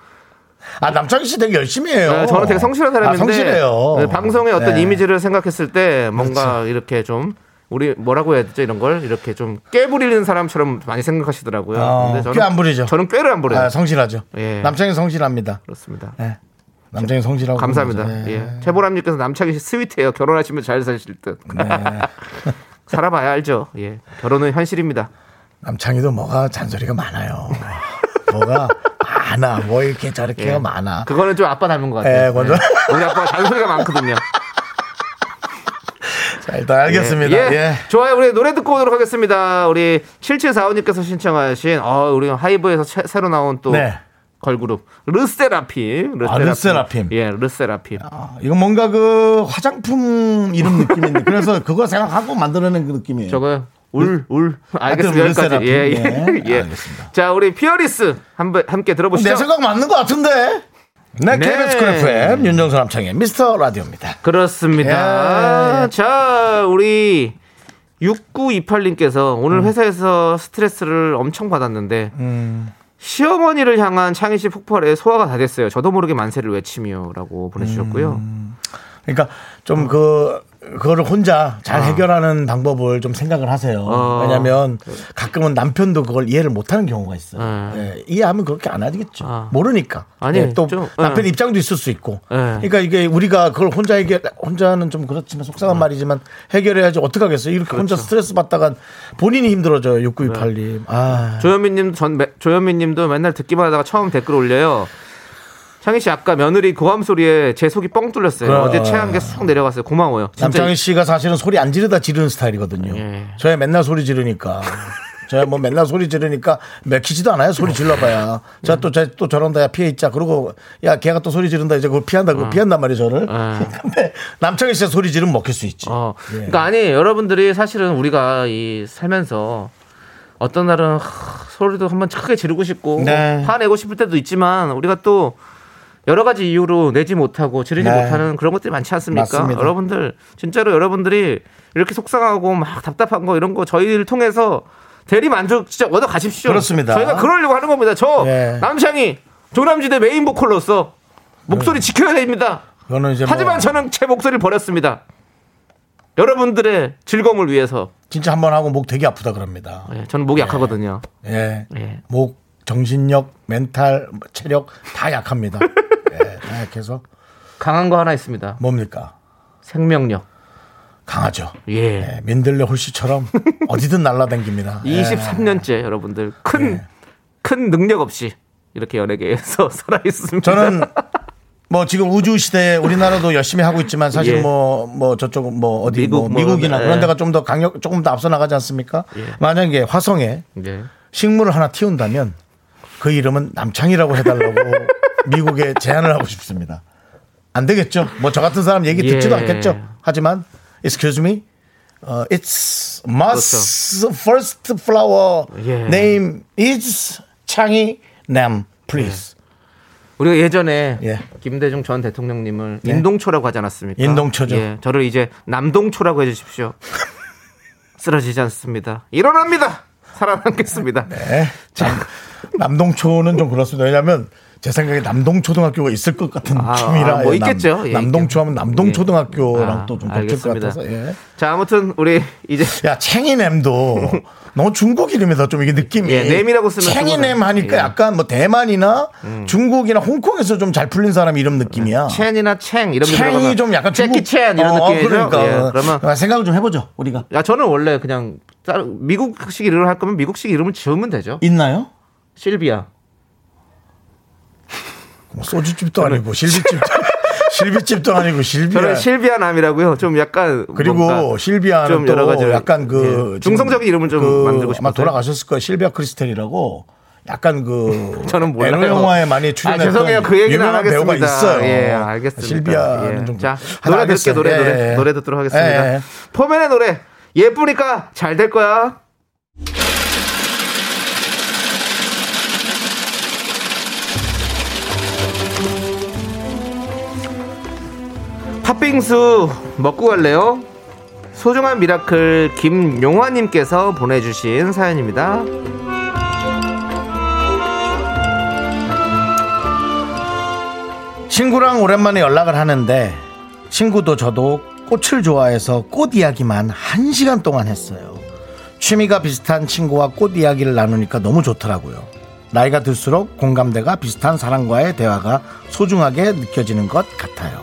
B: 아 남창희 씨 되게 열심히 해요.
C: 네, 저는 되게 성실한 사람인데
B: 아, 성실해요.
C: 네, 방송의 어떤
B: 네. 그렇죠.
C: 이미지를 생각했을 때 뭔가 이렇게 좀 우리 뭐라고 해야 되죠 이런 걸 이렇게 좀 깨부리는 사람처럼 많이 생각하시더라고요.
B: 어, 꾀안 부리죠.
C: 저는 꾀를 안 부려요.
B: 아, 성실하죠.
C: 예.
B: 남창희 성실합니다.
C: 그렇습니다.
B: 예. 남창희 성실하고
C: 감사합니다.
B: 그러죠. 예.
C: 예. 최보람님께서 남창희 씨
B: 네.
C: 스윗해요. *laughs* 결혼하시면 잘 사실 듯. 살아봐야 알죠. 예. 결혼은 현실입니다.
B: 남창희도 뭐가 잔소리가 많아요. 뭐가 많아. 뭐 이렇게
C: 예.
B: 저렇게가 많아.
C: 그거는 좀 아빠 닮은 것
B: 예,
C: 같아요. 네.
B: 먼저.
C: 우리 아빠가 잔소리가 많거든요.
B: 자, 일단 알겠습니다.
C: 예, 예.
B: 예.
C: 좋아요. 우리 노래 듣고 오도록 하겠습니다. 우리 7745님께서 신청하신 어, 우리 하이브에서 채- 새로 나온 또
B: 네.
C: 걸그룹 르세라핌. 르세라핌.
B: 아, 르세라핌.
C: 예, 르세라핌.
B: 아, 이거 뭔가 그 화장품 이름 느낌인데 그래서 그거 생각하고 만들어낸 그 느낌이에요.
C: 저거 울, 울. 알겠습니다.
B: 하여튼
C: 여기까지. 예, 예.
B: 르세라핌. 예,
C: 예.
B: 알겠습니다. 네,
C: 자, 우리 피어리스 한번 함께 들어보시죠.
B: 내 생각 맞는 것 같은데. 네,
C: 네.
B: KBS 쿨 FM 윤정수 남창의 미스터 라디오입니다.
C: 그렇습니다.
B: 예.
C: 자, 우리 6928님께서
B: 음.
C: 오늘 회사에서 스트레스를 엄청 받았는데
B: 음.
C: 시어머니를 향한 창희 씨 폭발에 소화가 다 됐어요. 저도 모르게 만세를 외치며라고 보내주셨고요.
B: 그러니까 좀 그 그거를 혼자 잘
C: 아.
B: 해결하는 방법을 좀 생각을 하세요.
C: 어.
B: 왜냐하면 가끔은 남편도 그걸 이해를 못하는 경우가 있어요.
C: 네.
B: 예, 이해하면 그렇게 안 하겠죠.
C: 아.
B: 모르니까.
C: 아니,
B: 예, 또
C: 좀,
B: 남편
C: 예.
B: 입장도 있을 수 있고.
C: 예.
B: 그러니까 이게 우리가 그걸 혼자 해결 혼자는 좀 그렇지만 속상한 말이지만 해결해야지 어떻게 하겠어요. 이렇게 혼자 스트레스 받다간 본인이 힘들어져요. 6928님. 아.
C: 조현민님 전 매- 조현민님도 맨날 듣기만 하다가 처음 댓글 올려요. 창희 씨 아까 며느리 고함 소리에 제 속이 뻥 뚫렸어요.
B: 그래.
C: 어제 체한 게 쑥 내려갔어요. 고마워요. 진짜
B: 그렇죠. 남창희 씨가 사실은 소리 안 지르다 지르는 스타일이거든요.
C: 예.
B: 저야 맨날 소리 지르니까. 저야 뭐 맨날 소리 지르니까 맥히지도 않아요. 소리 질러봐야. 제가 또, 저, 또 저런다, 야, 피해 있자. 그러고, 야, 걔가 또 소리 지른다. 이제 그걸 피한다.
C: 어.
B: 그걸 피한단 말이에요, 저를. 근데 남창희 씨가 소리 지르면 먹힐 수 있지. 예.
C: 어. 그러니까 아니 여러분들이 사실은 우리가 이 살면서 어떤 날은 하, 소리도 한번 크게 지르고 싶고
B: 네.
C: 화내고 싶을 때도 있지만 우리가 또 여러 가지 이유로 내지 못하고 지르지
B: 네.
C: 못하는 그런 것들이 많지 않습니까?
B: 맞습니다.
C: 여러분들 진짜로 여러분들이 이렇게 속상하고 막 답답한 거 이런 거 저희를 통해서 대리 만족 진짜 얻어 가십시오.
B: 그렇습니다.
C: 저희가 그러려고 하는 겁니다. 저
B: 네.
C: 남창이 조남지대 메인 보컬로서
B: 음.
C: 목소리 지켜야 됩니다.
B: 그거는 이제. 뭐
C: 하지만 저는 제 목소리를 버렸습니다. 여러분들의 즐거움을 위해서
B: 진짜 한 번 하고 목 되게 아프다 그럽니다.
C: 예, 저는 목이 약하거든요.
B: 예.
C: 예.
B: 목, 정신력, 멘탈, 체력 다
C: *laughs*
B: 약합니다. 예. 다 약해서.
C: 강한 거 하나 있습니다.
B: 뭡니까?
C: 생명력.
B: 강하죠.
C: 예.
B: 예, 민들레 홀씨처럼 어디든
C: *laughs*
B: 날라다닙니다. 예.
C: 23년째 여러분들 큰 큰 능력 없이 이렇게 연예계에서 *laughs* 살아 있습니다.
B: 저는 뭐 지금 우주 시대에 우리나라도 열심히 하고 있지만 사실
C: 예.
B: 뭐 뭐 저쪽 뭐 어디 뭐
C: 미국 뭐
B: 미국이나
C: 예.
B: 그런 데가 좀 더 강력 조금 더 앞서 나가지 않습니까?
C: 예.
B: 만약에 화성에
C: 예.
B: 식물을 하나 틔운다면 그 이름은 남창이라고 해달라고
C: *laughs*
B: 미국에 제안을 하고 싶습니다. 안 되겠죠? 뭐 저 같은 사람 얘기 듣지도
C: 예.
B: 않겠죠? 하지만 excuse me, 어, it's m u s first flower
C: 그렇죠. 예.
B: name is 창이 남 please.
C: 우리가 예전에
B: 예.
C: 김대중 전 대통령님을 인동초라고 하지 않았습니까?
B: 인동초죠.
C: 예, 저를 이제 남동초라고 해주십시오. 쓰러지지 않습니다. 일어납니다. 살아남겠습니다.
B: 네. 참, 남동초는 좀 그렇습니다. 왜냐하면 제 생각에 남동초등학교가 있을 것 같은
C: 아,
B: 춤이라
C: 아, 뭐
B: 예, 남-
C: 있겠죠. 예, 있겠죠.
B: 남동초하면 남동초등학교랑
C: 예.
B: 또 좀
C: 아,
B: 겹칠 것
C: 알겠습니다.
B: 같아서. 예.
C: 자, 아무튼 우리 이제
B: 야 챙이냄도
C: *laughs*
B: 너무 중국 이름이다 좀 이게 느낌이
C: 예, 램이라고 쓰면
B: 챙이냄
C: 중국은-
B: 하니까
C: 예. 음.
B: 약간 뭐 대만이나 중국이나 홍콩에서 좀 잘 풀린 사람 이름 느낌이야
C: 첸이나 챙 예, 이런 게
B: 챙이
C: 들어가면
B: 아. 좀 약간
C: 재키
B: 중국
C: 첸 이런
B: 어,
C: 느낌이죠.
B: 그러니까
C: 예, 그러면
B: 아, 생각을 좀 해보죠 우리가
C: 야 저는 원래 그냥 따로 미국식 이름을 할 거면 미국식 이름을 지으면 되죠.
B: 있나요?
C: 실비아.
B: 뭐 소주집도 아니고 실비집도 *laughs* 실비집도 아니고
C: 저는
B: 실비야
C: 실비아 남이라고요. 좀 약간
B: 그리고
C: 뭔가
B: 실비아는
C: 좀
B: 또
C: 여러 가지로,
B: 약간 그
C: 예, 중성적인 이름을 좀
B: 그
C: 만들고
B: 아마
C: 싶었어요.
B: 돌아가셨을 거예요 실비아 크리스텔이라고 약간 그
C: *laughs* 저는 몰라요.
B: 에로 영화에 많이 출연했던
C: 아, 죄송해요. 그 얘기는
B: 유명한
C: 안 하겠습니다.
B: 배우가 있어요.
C: 예, 알겠습니다.
B: 실비아는
C: 예.
B: 좀
C: 자,
B: 아,
C: 노래
B: 알겠어요.
C: 듣게 노래 노래
B: 예, 예.
C: 노래 듣도록 하겠습니다.
B: 예, 예.
C: 포맨의 노래 예쁘니까 잘 될 거야. 팥빙수 먹고 갈래요? 소중한 미라클 김용화님께서 보내주신 사연입니다.
B: 친구랑 오랜만에 연락을 하는데 친구도 저도 꽃을 좋아해서 꽃 이야기만 한 시간 동안 했어요. 취미가 비슷한 친구와 꽃 이야기를 나누니까 너무 좋더라고요. 나이가 들수록 공감대가 비슷한 사람과의 대화가 소중하게 느껴지는 것 같아요.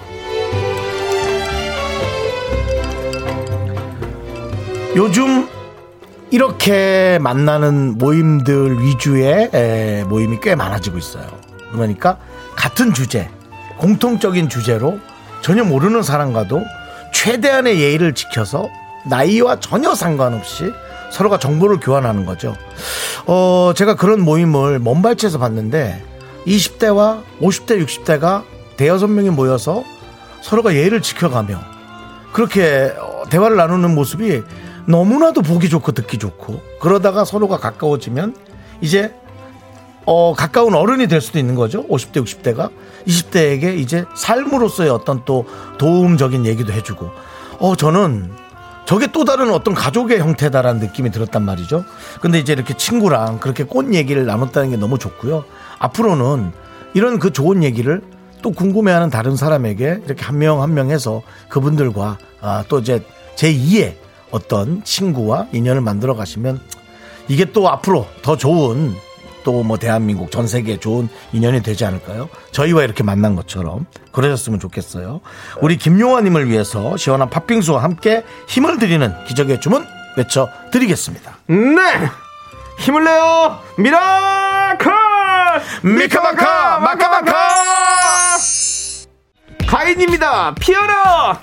B: 요즘 이렇게 만나는 모임들 위주의 에, 모임이 꽤 많아지고 있어요. 그러니까 같은 주제, 공통적인 주제로 전혀 모르는 사람과도 최대한의 예의를 지켜서 나이와 전혀 상관없이 서로가 정보를 교환하는 거죠. 어, 제가 그런 모임을 먼발치에서 봤는데 20대와 50대, 60대가 대여섯 명이 모여서 서로가 예의를 지켜가며 그렇게 어, 대화를 나누는 모습이 너무나도 보기 좋고 듣기 좋고 그러다가 서로가 가까워지면 이제 어, 가까운 어른이 될 수도 있는 거죠. 50대, 60대가 20대에게 이제 삶으로서의 어떤 또 도움적인 얘기도 해주고, 어, 저는 저게 또 다른 어떤 가족의 형태다라는 느낌이 들었단 말이죠. 근데 이제 이렇게 친구랑 그렇게 꽃 얘기를 나눴다는 게 너무 좋고요. 앞으로는 이런 그 좋은 얘기를 또 궁금해하는 다른 사람에게 이렇게 한 명 한 명 해서 그분들과 아, 또 이제 제2의 어떤 친구와 인연을 만들어 가시면 이게 또 앞으로 더 좋은 또 뭐 대한민국 전 세계에 좋은 인연이 되지 않을까요? 저희와 이렇게 만난 것처럼 그러셨으면 좋겠어요. 우리 김용화님을 위해서 시원한 팥빙수와 함께 힘을 드리는 기적의 주문 외쳐드리겠습니다.
C: 네! 힘을 내요! 미라클!
B: 미카마카, 마카마카!
C: 가인입니다! 피어라!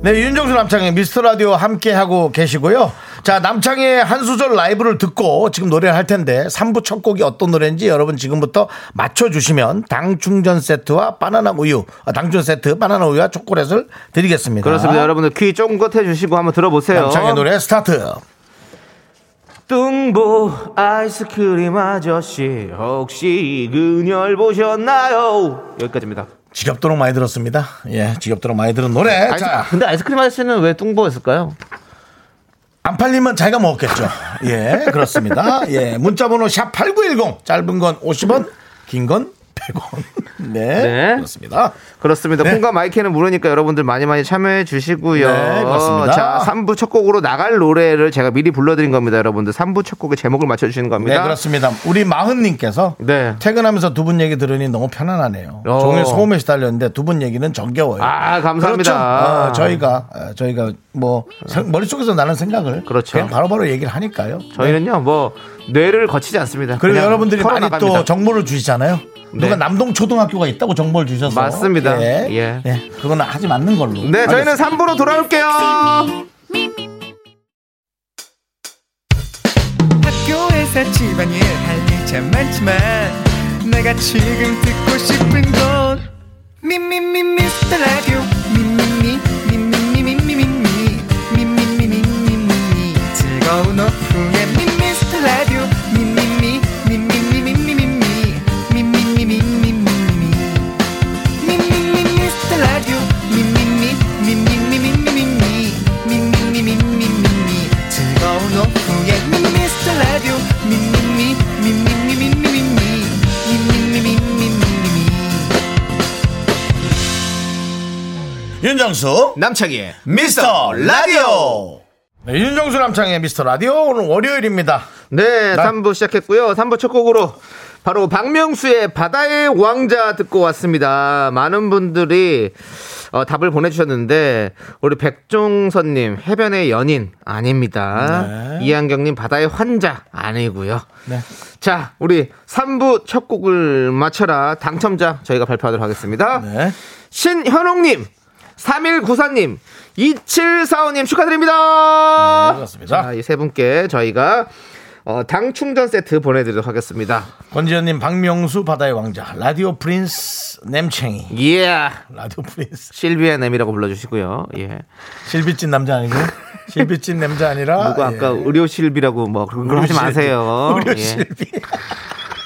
B: 네, 윤정수 남창의 미스터 라디오 함께 하고 계시고요. 자, 남창의 한 수절 라이브를 듣고 지금 노래를 할 텐데 3부 첫 곡이 어떤 노래인지 여러분 지금부터 맞춰 주시면 당 충전 세트와 바나나 우유, 아, 당충전 세트, 바나나 우유와 초콜릿을 드리겠습니다.
C: 그렇습니다. 여러분들 귀 쫑긋 해주시고 한번 들어보세요.
B: 남창의 노래 스타트.
C: 뚱보 아이스크림 아저씨 혹시 그녀를 보셨나요? 여기까지입니다.
B: 지겹도록 많이 들었습니다. 예, 지겹도록 많이 들은 노래.
C: 아이스,
B: 자,
C: 근데 아이스크림 아저씨는 왜 뚱보였을까요?
B: 안 팔리면 자기가 먹었겠죠. 예, 그렇습니다. 예, 문자번호 샵8910. 짧은 건 50원, 긴 건 100원. 네,
C: 네.
B: 그렇습니다.
C: 그렇습니다.
B: 네.
C: 콩과 마이크는 무료니까 여러분들 많이 많이 참여해 주시고요.
B: 네, 그렇습니다.
C: 자, 3부 첫 곡으로 나갈 노래를 제가 미리 불러드린 겁니다. 여러분들 3부 첫 곡의 제목을 맞춰주시는 겁니다.
B: 네, 그렇습니다. 우리 마흔님께서
C: 네.
B: 퇴근하면서 두 분 얘기 들으니 너무 편안하네요.
C: 어.
B: 종일 소음에 시달렸는데 두 분 얘기는 정겨워요.
C: 아, 감사합니다. 아.
B: 그렇죠. 어, 저희가 어, 저희가 뭐 생- 머릿속에서 나는 생각을
C: 그렇죠.
B: 그냥 바로바로 얘기를 하니까요. 네.
C: 저희는요, 뭐, 뇌를 거치지 않습니다.
B: 그리고
C: 그냥
B: 여러분들이 많이
C: 털어나갑니다. 네.
B: 또 정보를 주시잖아요. 누가 남동 초등학교가 있다고 정보를 주셔서
C: 맞습니다.
B: 예.
C: 예.
B: 예. 그건 하지 않는 걸로.
C: 네, 저희는 3부로 돌아올게요.
E: 학교에서 집안일 할 일 참 많지만 내가 지금 듣고 싶은 건 미미미 미스터 라디오 미미미 미미미미미미 미미미미미미 즐거운 오후에 미스터 라디오 미미미 미미미미미미 미미미미미미 미미미 미스터 라디오 미미미 미미미미미미 미미미미미미 즐거운 오후에 미스터 라디오 미미미 미미미미미미 미미미미미미
B: 윤정수
C: 남창희의
B: 미스터 라디오. 네, 윤정수 남창의 미스터 라디오 오늘 월요일입니다.
C: 네,
B: 나-
C: 3부 시작했고요. 3부 첫 곡으로 바로 박명수의 바다의 왕자 듣고 왔습니다. 많은 분들이 어, 답을 보내주셨는데 우리 백종선님 해변의 연인
B: 네.
C: 아닙니다. 이한경님 바다의 환자 아니고요. 자, 우리 3부 첫 곡을 맞춰라 당첨자 저희가 발표하도록 하겠습니다.
B: 네.
C: 신현웅님, 3194님, 2745님
B: 네.
C: 축하드립니다.
B: 그렇습니다.
C: 자, 아, 이 세 분께 저희가 어, 당 충전 세트 보내드리도록 하겠습니다.
B: 권지현님 박명수 바다의 왕자 라디오 프린스 냄챙이
C: 예.
B: 라디오 프린스
C: 실비의 냄이라고 불러주시고요. 예.
B: 실비찐 남자 아니고 실비찐 남자 아니라
C: 누구 아까
B: 예.
C: 의료 실비라고 뭐 그런 걸 하지
B: 의료실비.
C: 마세요.
B: *laughs* 의료
C: 예.
B: 실비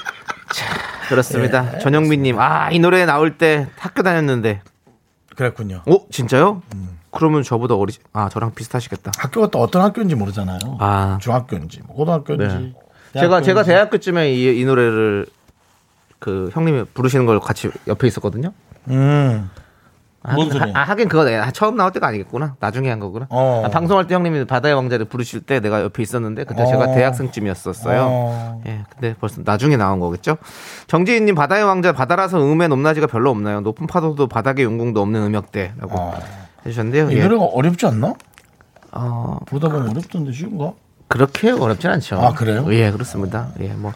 B: 예,
C: 그렇습니다. 전영민님, 아, 이 노래 나올 때 학교 다녔는데.
B: 그랬군요
C: 오, 진짜요?
B: 음.
C: 그러면 저보다 어리, 아, 저랑 비슷하시겠다.
B: 학교가 또 어떤 학교인지 모르잖아요
C: 아.
B: 중학교인지 뭐 고등학교인지
C: 네. 제가
B: 대학교인지.
C: 제가 대학교쯤에 이, 이 노래를 그 형님이 부르시는 걸 같이 옆에 있었거든요.
B: 음. 뭔
C: 하긴-
B: 소리야?
C: 하- 아, 하긴 그거 내가 처음 나올 때가 아니겠구나. 나중에 한 거구나.
B: 어.
C: 아, 방송할 때 형님이 바다의 왕자를 부르실 때 내가 옆에 있었는데 그때
B: 어.
C: 제가 대학생쯤이었었어요.
B: 어.
C: 예, 근데 벌써 나중에 나온 거겠죠. 정지인님 바다의 왕자 바다라서 음의 높낮이가 별로 없나요? 높은 파도도 바닥에 윤공도 없는 음역대라고
B: 어.
C: 해주셨는데요.
B: 이
C: 예.
B: 노래가 어렵지 않나?
C: 어,
B: 보다 보면 어렵던데 쉬운가?
C: 그렇게 어렵진 않죠.
B: 아, 그래요?
C: 예, 그렇습니다. 예, 뭐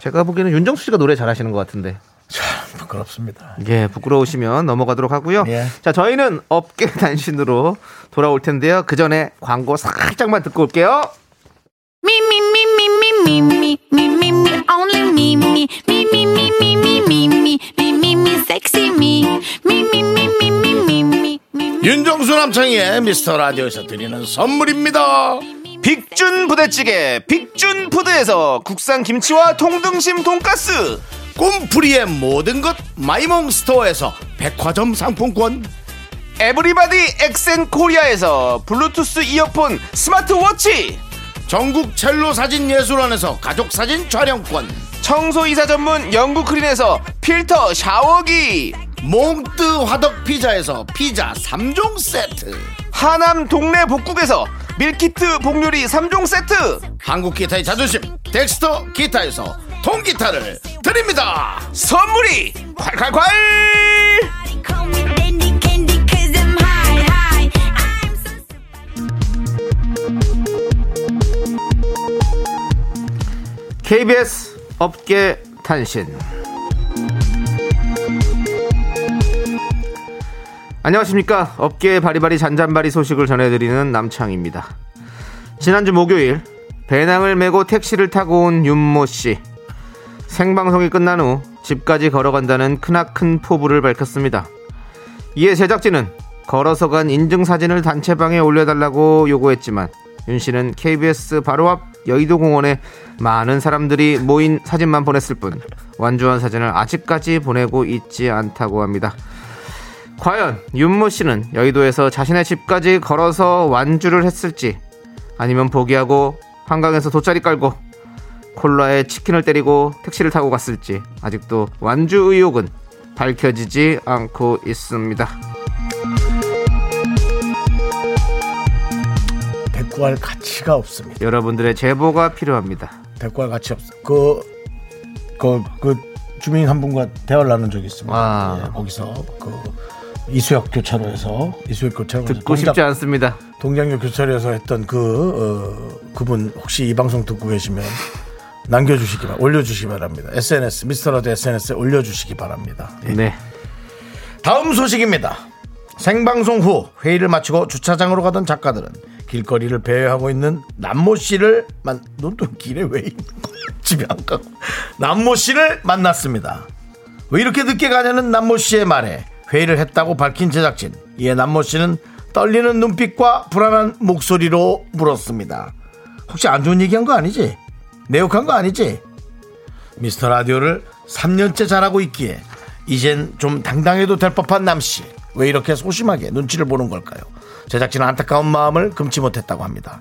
C: 제가 보기에는 윤정수 씨가 노래 잘하시는 것 같은데.
B: 참 부끄럽습니다.
C: 예, 부끄러우시면 넘어가도록 하고요.
B: 예.
C: 자, 저희는 업계 *laughs* 단신으로 돌아올 텐데요. 그 전에 광고 살짝만 듣고 올게요.
F: Me me me me me me me me me me only me me me me me me me me me me me me sexy me me me me me me me me me me
B: 윤정수 남창희의 미스터 라디오에서 드리는 선물입니다.
C: 빅준 부대찌개, 빅준 푸드에서 국산 김치와 통등심 돈가스,
B: 꿈풀이의 모든 것 마이몽스토어에서 백화점 상품권
C: 에브리바디 엑센 코리아에서 블루투스 이어폰 스마트워치,
B: 전국 첼로 사진 예술원에서 가족 사진 촬영권
C: 청소이사 전문 영국 크린에서 필터 샤워기,
B: 몽뜨 화덕 피자에서 피자 3종 세트
C: 하남 동네 복국에서 밀키트 복요리 3종 세트,
B: 한국 기타의 자존심 덱스터 기타에서 통기타를 드립니다
C: 선물이 콸콸콸!
F: Come with candy candy cause I'm high high I'm so
C: KBS 업계 탄신. 안녕하십니까. 업계의 바리바리 잔잔바리 소식을 전해드리는 남창입니다. 지난주 목요일, 배낭을 메고 택시를 타고 온 윤모 씨. 생방송이 끝난 후 집까지 걸어간다는 크나큰 포부를 밝혔습니다. 이에 제작진은 걸어서 간 인증사진을 단체방에 올려달라고 요구했지만 윤 씨는 KBS 바로 앞 여의도공원에 많은 사람들이 모인 사진만 보냈을 뿐 완주한 사진을 아직까지 보내고 있지 않다고 합니다. 과연 윤모 씨는 여의도에서 자신의 집까지 걸어서 완주를 했을지 아니면 포기하고 한강에서 돗자리 깔고 콜라에 치킨을 때리고 택시를 타고 갔을지 아직도 완주 의혹은 밝혀지지 않고 있습니다.
B: 대꾸할 가치가 없습니다
C: 여러분들의 제보가 필요합니다.
B: 대꾸할 가치 없어 그, 그, 그 주민 한 분과 대화를 나눈 적이 있습니다
C: 아.
B: 예, 거기서 그 이수역 교차로에서 이수역 교차로
C: 듣고 싶지 않습니다.
B: 동양역 교차로에서 했던 그 어, 그분 혹시 이 방송 듣고 계시면 남겨주시기 바, 올려주시기 바랍니다. SNS 미스터라드 SNS에 올려주시기 바랍니다. 예.
C: 네.
B: 다음 소식입니다. 생방송 후 회의를 마치고 주차장으로 가던 작가들은 길거리를 배회하고 있는 남모 씨를 만, 넌또 길에 왜 있는 *laughs* 거야? 집에 안 가고. 남모 씨를 만났습니다. 왜 이렇게 늦게 가냐는 남모 씨의 말에 회의를 했다고 밝힌 제작진. 이에 남모 씨는 떨리는 눈빛과 불안한 목소리로 물었습니다. 혹시 안 좋은 얘기한 거 아니지? 내욕한 거 아니지? 미스터 라디오를 3년째 잘하고 있기에 이젠 좀 당당해도 될 법한 남씨 왜 이렇게 소심하게 눈치를 보는 걸까요? 제작진은 안타까운 마음을 금치 못했다고 합니다.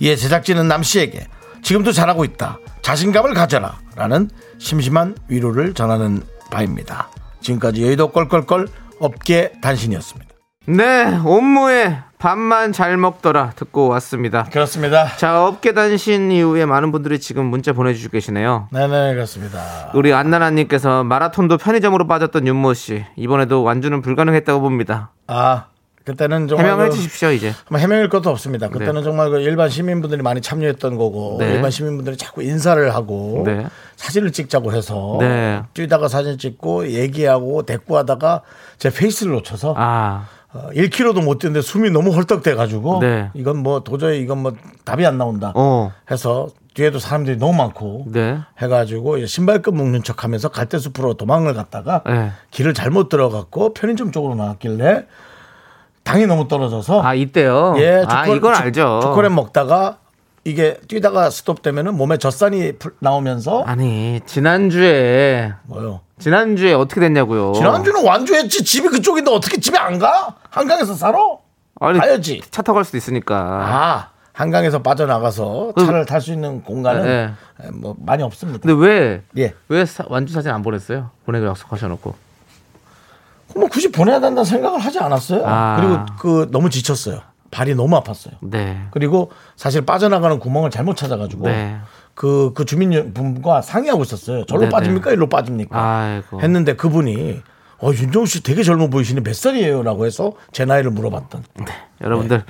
B: 이에 제작진은 남씨에게 지금도 잘하고 있다 자신감을 가져라 라는 심심한 위로를 전하는 바입니다. 지금까지 여의도 껄껄껄 업계 단신이었습니다.
C: 네. 업무에 밥만 잘 먹더라 듣고 왔습니다.
B: 그렇습니다.
C: 자, 업계 단신 이후에 많은 분들이 지금 문자 보내주시고 계시네요.
B: 네네 그렇습니다.
C: 우리 안나나님께서 마라톤도 편의점으로 빠졌던 윤모 씨 이번에도 완주는 불가능했다고 봅니다.
B: 아 그때는 정말
C: 해명해
B: 그-
C: 주십시오 이제.
B: 아마 해명일 것도 없습니다. 그때는
C: 네.
B: 정말 그 일반 시민분들이 많이 참여했던 거고
C: 네.
B: 일반 시민분들이 자꾸 인사를 하고
C: 네.
B: 사진을 찍자고 해서
C: 네.
B: 뛰다가 사진 찍고 얘기하고 대꾸하다가 제 페이스를 놓쳐서
C: 아,
B: 어, 1km도 못 뛰는데 숨이 너무 헐떡대 가지고
C: 네.
B: 이건 뭐 도저히 이건 뭐 답이 안 나온다
C: 어,
B: 해서 뒤에도 사람들이 너무 많고
C: 네.
B: 해가지고 이제 신발끈 묶는 척하면서 갈대숲으로 도망을 갔다가
C: 네.
B: 길을 잘못 들어갔고 편의점 쪽으로 나왔길래 당이 너무 떨어져서
C: 아 이때요.
B: 예,
C: 아
B: 초콜- 뭐?
C: 이건
B: 초-
C: 알죠.
B: 초콜릿 먹다가 이게 뛰다가 스톱되면은 몸에 젖산이 풀- 나오면서
C: 아니 지난주에
B: 뭐요?
C: 지난주에 어떻게 됐냐고요.
B: 지난주는 완주했지 집이 그쪽인데 어떻게 집에 안 가? 한강에서 살아?
C: 아니,
B: 가야지.
C: 차 타고 갈 수도 있으니까.
B: 아 한강에서 빠져나가서
C: 그-
B: 차를 탈 수 있는 공간은
C: 예,
B: 예, 뭐 많이 없습니다.
C: 근데 왜?
B: 예.
C: 왜 사- 완주 사진 안 보냈어요? 보내고 약속하셔놓고.
B: 뭐 굳이 보내야 된다는 생각을 하지 않았어요.
C: 아.
B: 그리고 그 너무 지쳤어요. 발이 너무 아팠어요.
C: 네.
B: 그리고 사실 빠져나가는 구멍을 잘못 찾아가지고
C: 네.
B: 그, 그 주민분과 상의하고 있었어요. 절로
C: 네네.
B: 빠집니까? 일로 빠집니까?
C: 아이고. 예.
B: 했는데 그분이 어, 윤정우 씨 되게 젊어 보이시네 몇 살이에요? 라고 해서 제 나이를 물어봤던
C: 여러분들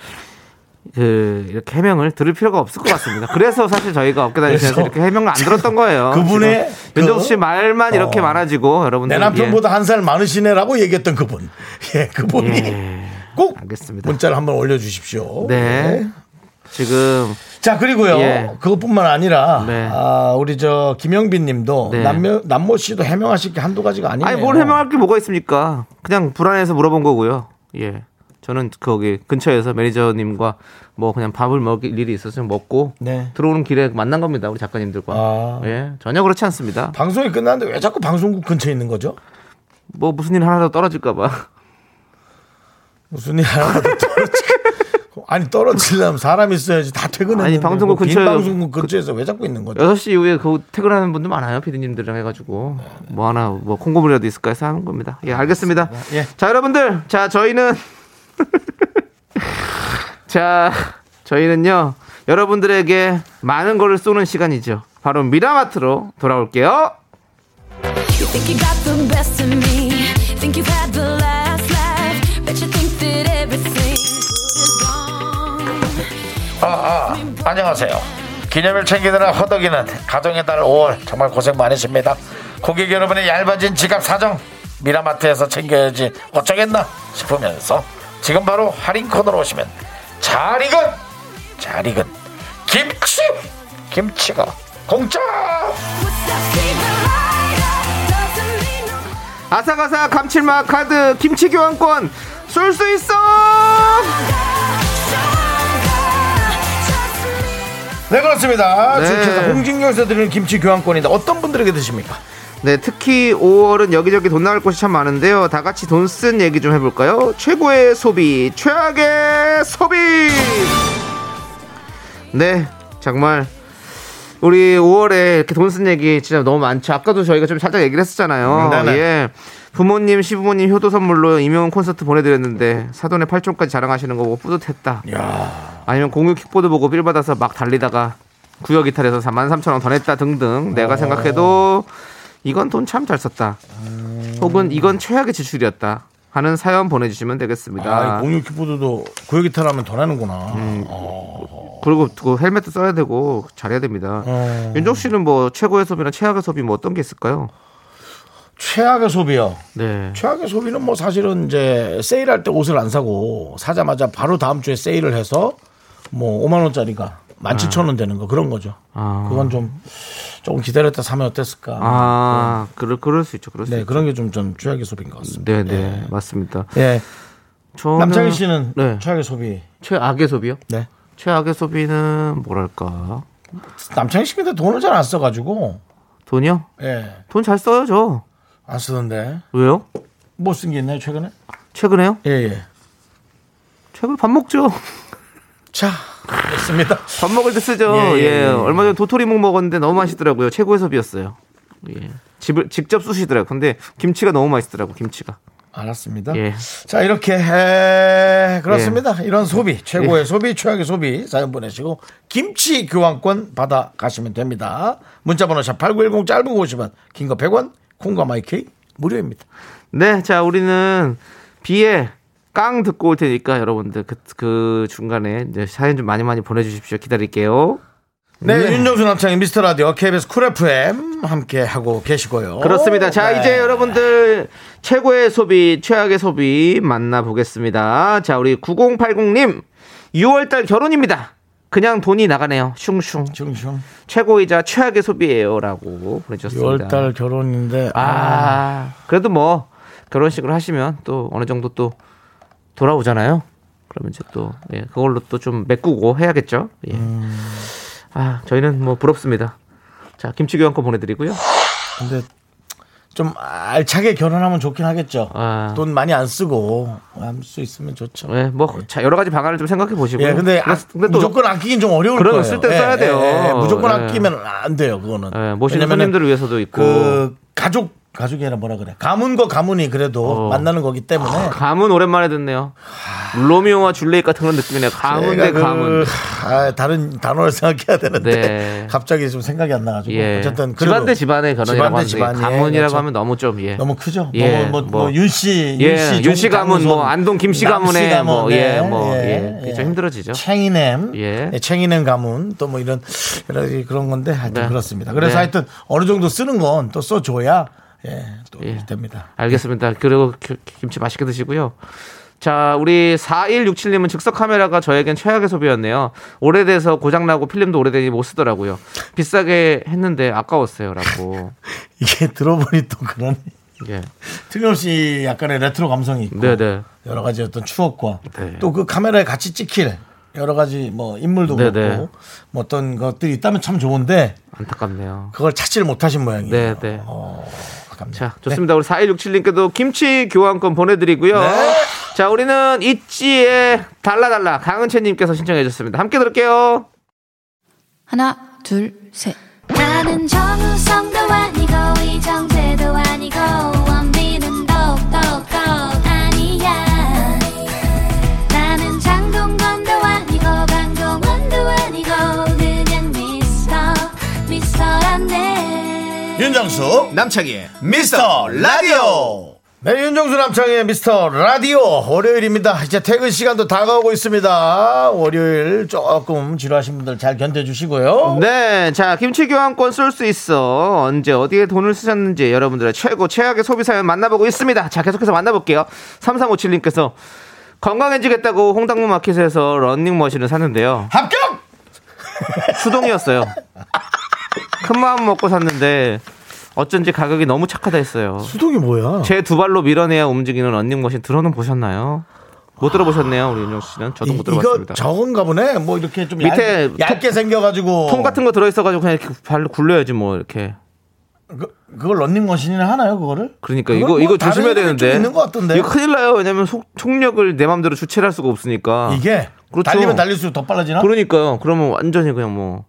C: 그 이렇게 해명을 들을 필요가 없을 것 같습니다. 그래서 사실 저희가 업계 다니면서
B: 그래서
C: 이렇게 해명을 안 들었던 거예요.
B: *laughs* 그분의
C: 지금 윤정수 씨
B: 그-
C: 말만 이렇게
B: 어.
C: 많아지고 여러분들
B: 내 남편보다 한 살 많으시네라고 얘기했던 그분. *laughs* 예, 그분이 꼭
C: 음, 알겠습니다.
B: 문자를 한번 올려주십시오.
C: 예. 네. 지금
B: 자 그리고요
C: 예.
B: 그것뿐만 아니라
C: 네.
B: 아, 우리 저 김영빈님도
C: 네.
B: 남모 남모 씨도 해명하실 게 한두 가지가 아니에요.
C: 아니 뭘 해명할 게 뭐가 있습니까? 그냥 불안해서 물어본 거고요. 예. 저는 거기 근처에서 매니저님과 뭐 그냥 밥을 먹일 일이 있어서 먹고
B: 네.
C: 들어오는 길에 만난 겁니다. 우리 작가님들과.
B: 아.
C: 예. 전혀 그렇지 않습니다.
B: 방송이 끝났는데 왜 자꾸 방송국 근처에 있는 거죠?
C: 뭐 무슨 일 하나 더 떨어질까 *laughs* 봐.
B: 무슨 일 하나도 *laughs* 떨어지. 아니 떨어지려면 사람 있어야지 다 퇴근했는데.
C: 아니, 방송국
B: 뭐빈
C: 근처에- 그-
B: 방송국 근처에서 왜 자꾸 있는 거죠?
C: 6시 이후에 그 퇴근하는 분도 많아요. 피디님들이랑 해가지고 뭐 하나 뭐 콩고물이라도 있을까 해서 하는 겁니다. 예, 알겠습니다.
B: 예.
C: 자, 여러분들, 자 저희는 *laughs* 자 저희는요 여러분들에게 많은 거를 쏘는 시간이죠. 바로 미라마트로 돌아올게요.
D: Think you got the best of me. Think you've had the last laugh. Bet you think that everything good is gone.
B: 아, 안녕하세요. 기념일 챙기느라 허덕이는 가정의 달 5월 정말 고생 많으십니다. 고객 여러분의 얇아진 지갑 사정 미라마트에서 챙겨야지 어쩌겠나 싶으면서 지금 바로 할인 코너로 오시면 잘 익은 잘 익은 김치 김치가 공짜
D: What's up, secret lighter? Doesn't mean no
C: 아삭아삭 감칠맛 카드 김치 교환권 쏠 수 있어.
B: 네 그렇습니다.
C: 네. 주최자
B: 홍진경에서 드리는 김치 교환권인데 어떤 분들에게 드십니까?
C: 네, 특히 5월은 여기저기 돈 나갈 곳이 참 많은데요. 다 같이 돈 쓴 얘기 좀 해볼까요? 최고의 소비, 최악의 소비! 네, 정말. 우리 5월에 이렇게 돈 쓴 얘기 진짜 너무 많죠. 아까도 저희가 좀 살짝 얘기를
B: 음,
C: 했었잖아요.
B: 네네.
C: 예. 부모님, 시부모님 효도 선물로 임용 콘서트 보내드렸는데 사돈의 8촌까지 자랑하시는 거 보고 뿌듯했다. 아니면 공유 킥보드 보고 빌 받아서 막 달리다가 구역 이탈해서 43,000원 더 냈다 등등
B: 어.
C: 내가 생각해도 이건 돈 참 잘 썼다
B: 음.
C: 혹은 이건 최악의 지출이었다 하는 사연 보내주시면 되겠습니다
B: 공유 키보드도 구역 이탈하면 더 내는구나.
C: 음. 그리고 그 헬멧도 써야 되고 잘해야 됩니다
B: 어.
C: 윤종 씨는 뭐 최고의 소비나 최악의 소비 뭐 어떤 게 있을까요?
B: 최악의 소비요.
C: 네
B: 최악의 소비는 뭐 사실은 이제 세일할 때 옷을 안 사고 사자마자 바로 다음 주에 세일을 해서 뭐 5만 원짜리가 17,000원 되는 거 그런 거죠.
C: 아.
B: 그건 좀 조금 기다렸다 사면 어땠을까?
C: 아, 그럴, 그럴 수 있죠. 그럴 수
B: 네,
C: 있죠.
B: 그런 게 좀 전 최악의 소비인 것 같습니다.
C: 네, 네, 맞습니다.
B: 예.
C: 저는-
B: 남창희 씨는
C: 네.
B: 최악의 소비.
C: 최악의 소비요?
B: 네.
C: 최악의 소비는 뭐랄까?
B: 남창희 씨 근데 돈을 잘 안 써 가지고
C: 돈이요?
B: 예.
C: 돈 잘 써요, 저.
B: 안 쓰던데.
C: 왜요?
B: 뭐 쓴 게 있나요, 최근에?
C: 최근에요?
B: 예, 예.
C: 최근에 밥 먹죠. *laughs*
B: 자, 됐습니다.
C: 밥 먹을 때 쓰죠.
B: 예,
C: 예,
B: 예, 예.
C: 얼마 전에 도토리묵 먹었는데 너무 맛있더라고요. 최고의 섭이었어요. 예. 집을 직접 쑤시더라고요. 근데 김치가 너무 맛있더라고, 김치가.
B: 알았습니다.
C: 예.
B: 자 이렇게 에, 그렇습니다. 이런 소비
C: 예.
B: 최고의 소비 최악의 소비 사연 보내시고 김치 교환권 받아 가시면 됩니다. 문자번호 샵 #8910 짧은 거 50원, 긴 거 100원, 콩과 마이크 무료입니다.
C: 네, 자, 우리는 비에 깡 듣고 올 테니까 여러분들 그, 그 중간에 이제 사연 좀 많이 많이 보내주십시오. 기다릴게요.
B: 네,
C: 예.
B: 윤정수 남창의 미스터 라디오 KBS 쿨 FM 함께 하고 계시고요.
C: 그렇습니다. 자,
B: 네.
C: 이제 여러분들 최고의 소비, 최악의 소비 만나보겠습니다. 자, 우리 9080님. 6월달 결혼입니다. 그냥 돈이 나가네요. 슝슝.
B: 중중
C: 최고이자 최악의 소비예요라고 보내주셨습니다.
B: 6월달 결혼인데 아,
C: 아 그래도 뭐 결혼식을 하시면 또 어느 정도 또 돌아오잖아요. 그러면 이제 또 예, 그걸로 또 좀 메꾸고 해야겠죠. 예.
B: 음.
C: 아 저희는 뭐 부럽습니다. 자 김치 교환권 보내드리고요.
B: 근데 좀 알차게 결혼하면 좋긴 하겠죠.
C: 아.
B: 돈 많이 안 쓰고 할 수 있으면 좋죠.
C: 예, 뭐자 여러 가지 방안을 좀 생각해 보시고요.
B: 예, 근데,
C: 그래서-
B: 아,
C: 근데 또
B: 무조건 아끼긴 좀 어려울
C: 그럼
B: 거예요.
C: 쓸때
B: 예,
C: 써야 돼요.
B: 예, 예. 무조건
C: 예.
B: 아끼면 안 돼요, 그거는.
C: 예, 모시는
B: 왜냐면은
C: 손님들을 위해서도 있고
B: 그 가족 가족이라 뭐라 그래. 가문과 가문이 그래도
C: 어.
B: 만나는 거기 때문에
C: 감은 오랜만에 듣네요. 로미오와 줄리엣 같은 그런 느낌이네요. 강은데
B: 내가 그-
C: 강은.
B: 아, 다른 단어를 *laughs* 생각해야 되는데
C: 네.
B: 갑자기 좀 생각이 안 나가지고
C: 예.
B: 뭐 어쨌든 그래도
C: 집안 대 집안의 결혼이라고
B: 집안 대
C: 하는데
B: 집안이에요.
C: 강원이라고
B: 그렇죠.
C: 하면 너무 좀 예.
B: 너무 크죠.
C: 예,
B: 뭐, 뭐,
C: 뭐.
B: 뭐 윤씨,
C: 예,
B: 윤씨,
C: 윤씨 가문, 뭐, 안동 김씨 가문에 뭐, 예, 뭐, 예.
B: 게
C: 그게 좀 힘들어지죠.
B: 네, 챙이넴,
C: 예.
B: 예. 챙이넴 가문 또 뭐 이런 여러 가지 그런 건데 하여튼
C: 네.
B: 그렇습니다. 그래서
C: 네.
B: 하여튼 어느 정도 쓰는 건 또 써줘야 예, 또
C: 예.
B: 됩니다.
C: 알겠습니다. 그리고 기- 김치 맛있게 드시고요. 자, 우리 4167님은 즉석 카메라가 저에겐 최악의 소비였네요. 오래돼서 고장나고 필름도 오래되니 못 쓰더라고요. 비싸게 했는데 아까웠어요. 라고.
B: 이게 *laughs* 들어보니 또 그런
C: 예.
B: 틀림없이 약간의 레트로 감성이 있고
C: 네네.
B: 여러 가지 어떤 추억과
C: 네.
B: 또 그 카메라에 같이 찍힐 여러 가지 뭐 인물도
C: 네네.
B: 그렇고 뭐 어떤 것들이 있다면 참 좋은데
C: 안타깝네요.
B: 그걸 찾지를 못하신 모양이에요.
C: 네네.
B: 어, 아깝네요.
C: 자, 좋습니다. 우리 4167님께도 김치 교환권 보내드리고요.
B: 네.
C: 자, 우리는 있지의 달라달라 강은채님께서 신청해 주셨습니다. 함께 들을게요.
F: 하나, 둘, 셋.
D: 나는 정우성도 아니고 이정재도 아니고 원빈은 더욱더 아니야 나는 장동건도 아니고 강동원도 아니고 그냥 미스터 미스터란데
B: 윤정수 남창희의 미스터 라디오 네 윤정수 남창희의 미스터 라디오 월요일입니다 이제 퇴근 시간도 다가오고 있습니다 월요일 조금 지루하신 분들 잘 견뎌주시고요
C: 네, 자 김치 교환권 쏠 수 있어 언제 어디에 돈을 쓰셨는지 여러분들의 최고 최악의 소비 사연 만나보고 있습니다. 자 계속해서 만나볼게요. 3357님께서 건강해지겠다고 홍당무 마켓에서 런닝머신을 샀는데요.
B: 합격!
C: 수동이었어요. 큰 마음 먹고 샀는데 어쩐지 가격이 너무 착하다 했어요.
B: 수동이 뭐야
C: 제 두 발로 밀어내야 움직이는 런닝머신 들어는 보셨나요? 못 들어보셨네요, 우리 윤정수 씨는. 저도 못
B: 이거
C: 들어봤습니다.
B: 저건가 보네 뭐 이렇게 좀
C: 밑에
B: 얇, 얇게 생겨가지고
C: 통 같은 거 들어있어가지고 그냥 이렇게 발로 굴려야지 뭐 이렇게
B: 그, 그걸 런닝머신이나 하나요 그거를?
C: 그러니까
B: 그건
C: 이거
B: 뭐
C: 이거
B: 다른
C: 조심해야
B: 데는 좀
C: 되는데
B: 있는 것 같던데
C: 이거 큰일 나요 왜냐면 속, 속력을 내 마음대로 주체를 할 수가 없으니까
B: 이게
C: 그렇죠.
B: 달리면 달릴수록 더 빨라지나?
C: 그러니까요 그러면 완전히 그냥 뭐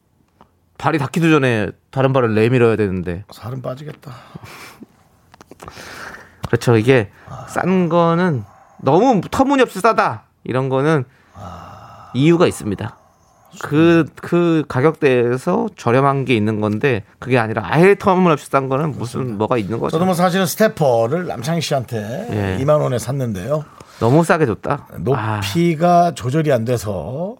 C: 발이 닿기도 전에 다른 발을 내밀어야 되는데
B: 살은 빠지겠다
C: 그렇죠 이게 싼 거는 너무 터무니없이 싸다 이런 거는 이유가 있습니다 그, 그 가격대에서 저렴한 게 있는 건데 그게 아니라 아예 터무니없이 싼 거는 무슨 뭐가 있는 거죠
B: 저도 뭐 사실은 스태퍼를 남창희 씨한테
C: 예.
B: 2만 원에 샀는데요
C: 너무 싸게 줬다 아.
B: 높이가 조절이 안 돼서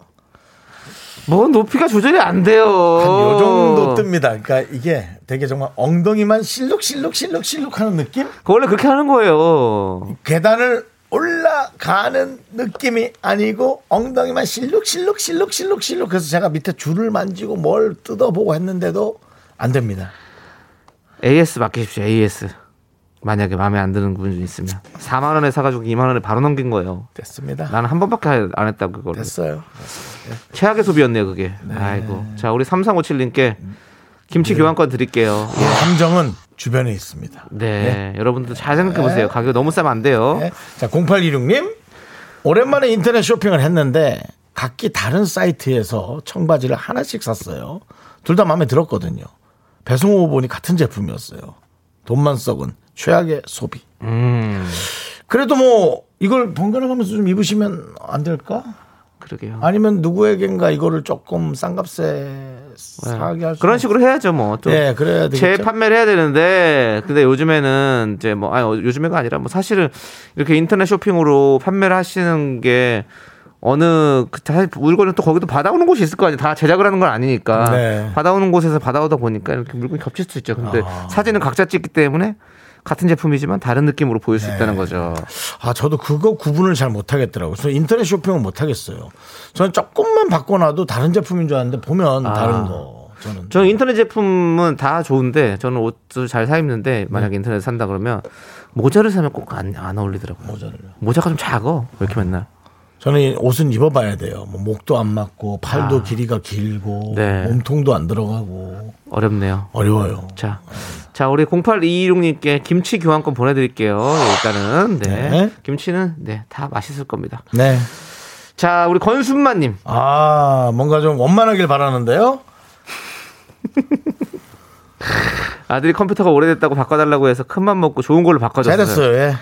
C: 뭐 높이가 조절이 안 돼요.
B: 한 요 정도 뜹니다. 그러니까 이게 되게 정말 엉덩이만 실룩실룩실룩실룩 하는 느낌?
C: 그거 원래 그렇게 하는 거예요.
B: 계단을 올라가는 느낌이 아니고 엉덩이만 실룩실룩실룩실룩실룩 그래서 제가 밑에 줄을 만지고 뭘 뜯어보고 했는데도 안 됩니다.
C: AS 맡기십시오. AS. 만약에 마음에 안 드는 분이 있으면 4만 원에 사가지고 2만 원에 바로 넘긴 거예요.
B: 됐습니다.
C: 나는 한 번밖에 안 했다고 그걸.
B: 됐어요.
C: 최악의 소비였네요 그게. 아이고. 자 우리 3357님께
B: 네.
C: 김치 교환권 드릴게요.
B: 감정은 주변에 있습니다.
C: 네. 여러분들 잘 생각해 보세요. 가격 너무 싸면 안 돼요.
B: 네. 자, 0826님. 오랜만에 인터넷 쇼핑을 했는데 각기 다른 사이트에서 청바지를 하나씩 샀어요. 둘 다 마음에 들었거든요. 배송 후 보니 같은 제품이었어요. 돈만 썩은 최악의 소비.
C: 음.
B: 그래도 뭐 이걸 번갈아가면서 좀 입으시면 안 될까?
C: 그러게요.
B: 아니면 누구에겐가 이거를 조금 싼 값에 사게 할 수.
C: 네. 그런 식으로 해야죠 뭐. 또
B: 예, 그래야 되겠죠.
C: 재판매를 해야 되는데 근데 요즘에는 이제 뭐 아니 어, 요즘에가 아니라 뭐 사실은 이렇게 인터넷 쇼핑으로 판매를 하시는 게 어느 그 사실 물건을 또 거기도 받아오는 곳이 있을 거 아니에요. 다 제작을 하는 건 아니니까
B: 네.
C: 받아오는 곳에서 받아오다 보니까 이렇게 물건이 겹칠 수 있죠. 근데
B: 아.
C: 사진은 각자 찍기 때문에 같은 제품이지만 다른 느낌으로 보일
B: 네.
C: 수 있다는 거죠.
B: 아, 저도 그거 구분을 잘 못하겠더라고요. 그래서 인터넷 쇼핑은 못하겠어요. 저는 조금만 바꿔놔도 다른 제품인 줄 알았는데 보면 다른 거. 저는.
C: 아. 저는 인터넷 제품은 다 좋은데 저는 옷을 잘 사 입는데
B: 네.
C: 만약에 인터넷 에 산다 그러면 모자를 사면 꼭 안 안 어울리더라고요.
B: 모자를요.
C: 모자가 좀 작아. 왜 이렇게 맨날?
B: 저는 이 옷은 입어봐야 돼요. 뭐 목도 안 맞고 팔도 길이가 길고
C: 아. 네.
B: 몸통도 안 들어가고
C: 어렵네요.
B: 어려워요.
C: 자, 자 우리 0826님께 김치 교환권 보내드릴게요. 예, 일단은 네,
B: 네.
C: 김치는 네 다 맛있을 겁니다.
B: 네.
C: 자, 우리 권순마님
B: 아 뭔가 좀 원만하길 바라는데요.
C: 아들이 컴퓨터가 오래됐다고 바꿔달라고 해서 큰맘 먹고 좋은 걸로 바꿔줬어요.
B: 잘됐어요. 예.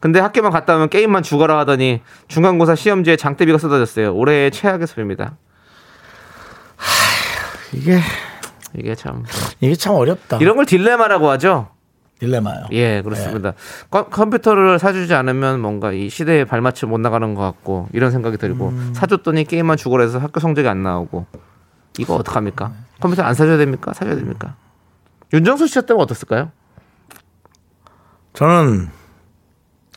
C: 근데 학교만 갔다 오면 게임만 죽어라 하더니 중간고사 시험지에 장대비가 쏟아졌어요. 올해의 최악의 소리입니다.
B: 이게
C: 이게 참
B: 이게 참 어렵다.
C: 이런 걸 딜레마라고 하죠.
B: 딜레마요.
C: 예, 그렇습니다. 컴- 컴퓨터를 사주지 않으면 뭔가 이 시대에 발맞춰 못 나가는 것 같고 이런 생각이 들고
B: 음.
C: 사줬더니 게임만 죽어라 해서 학교 성적이 안 나오고 이거
B: 네.
C: 어떡합니까? 컴퓨터 안 사줘야 됩니까? 사줘야 됩니까? 윤정수 씨였다면 어땠을까요?
B: 저는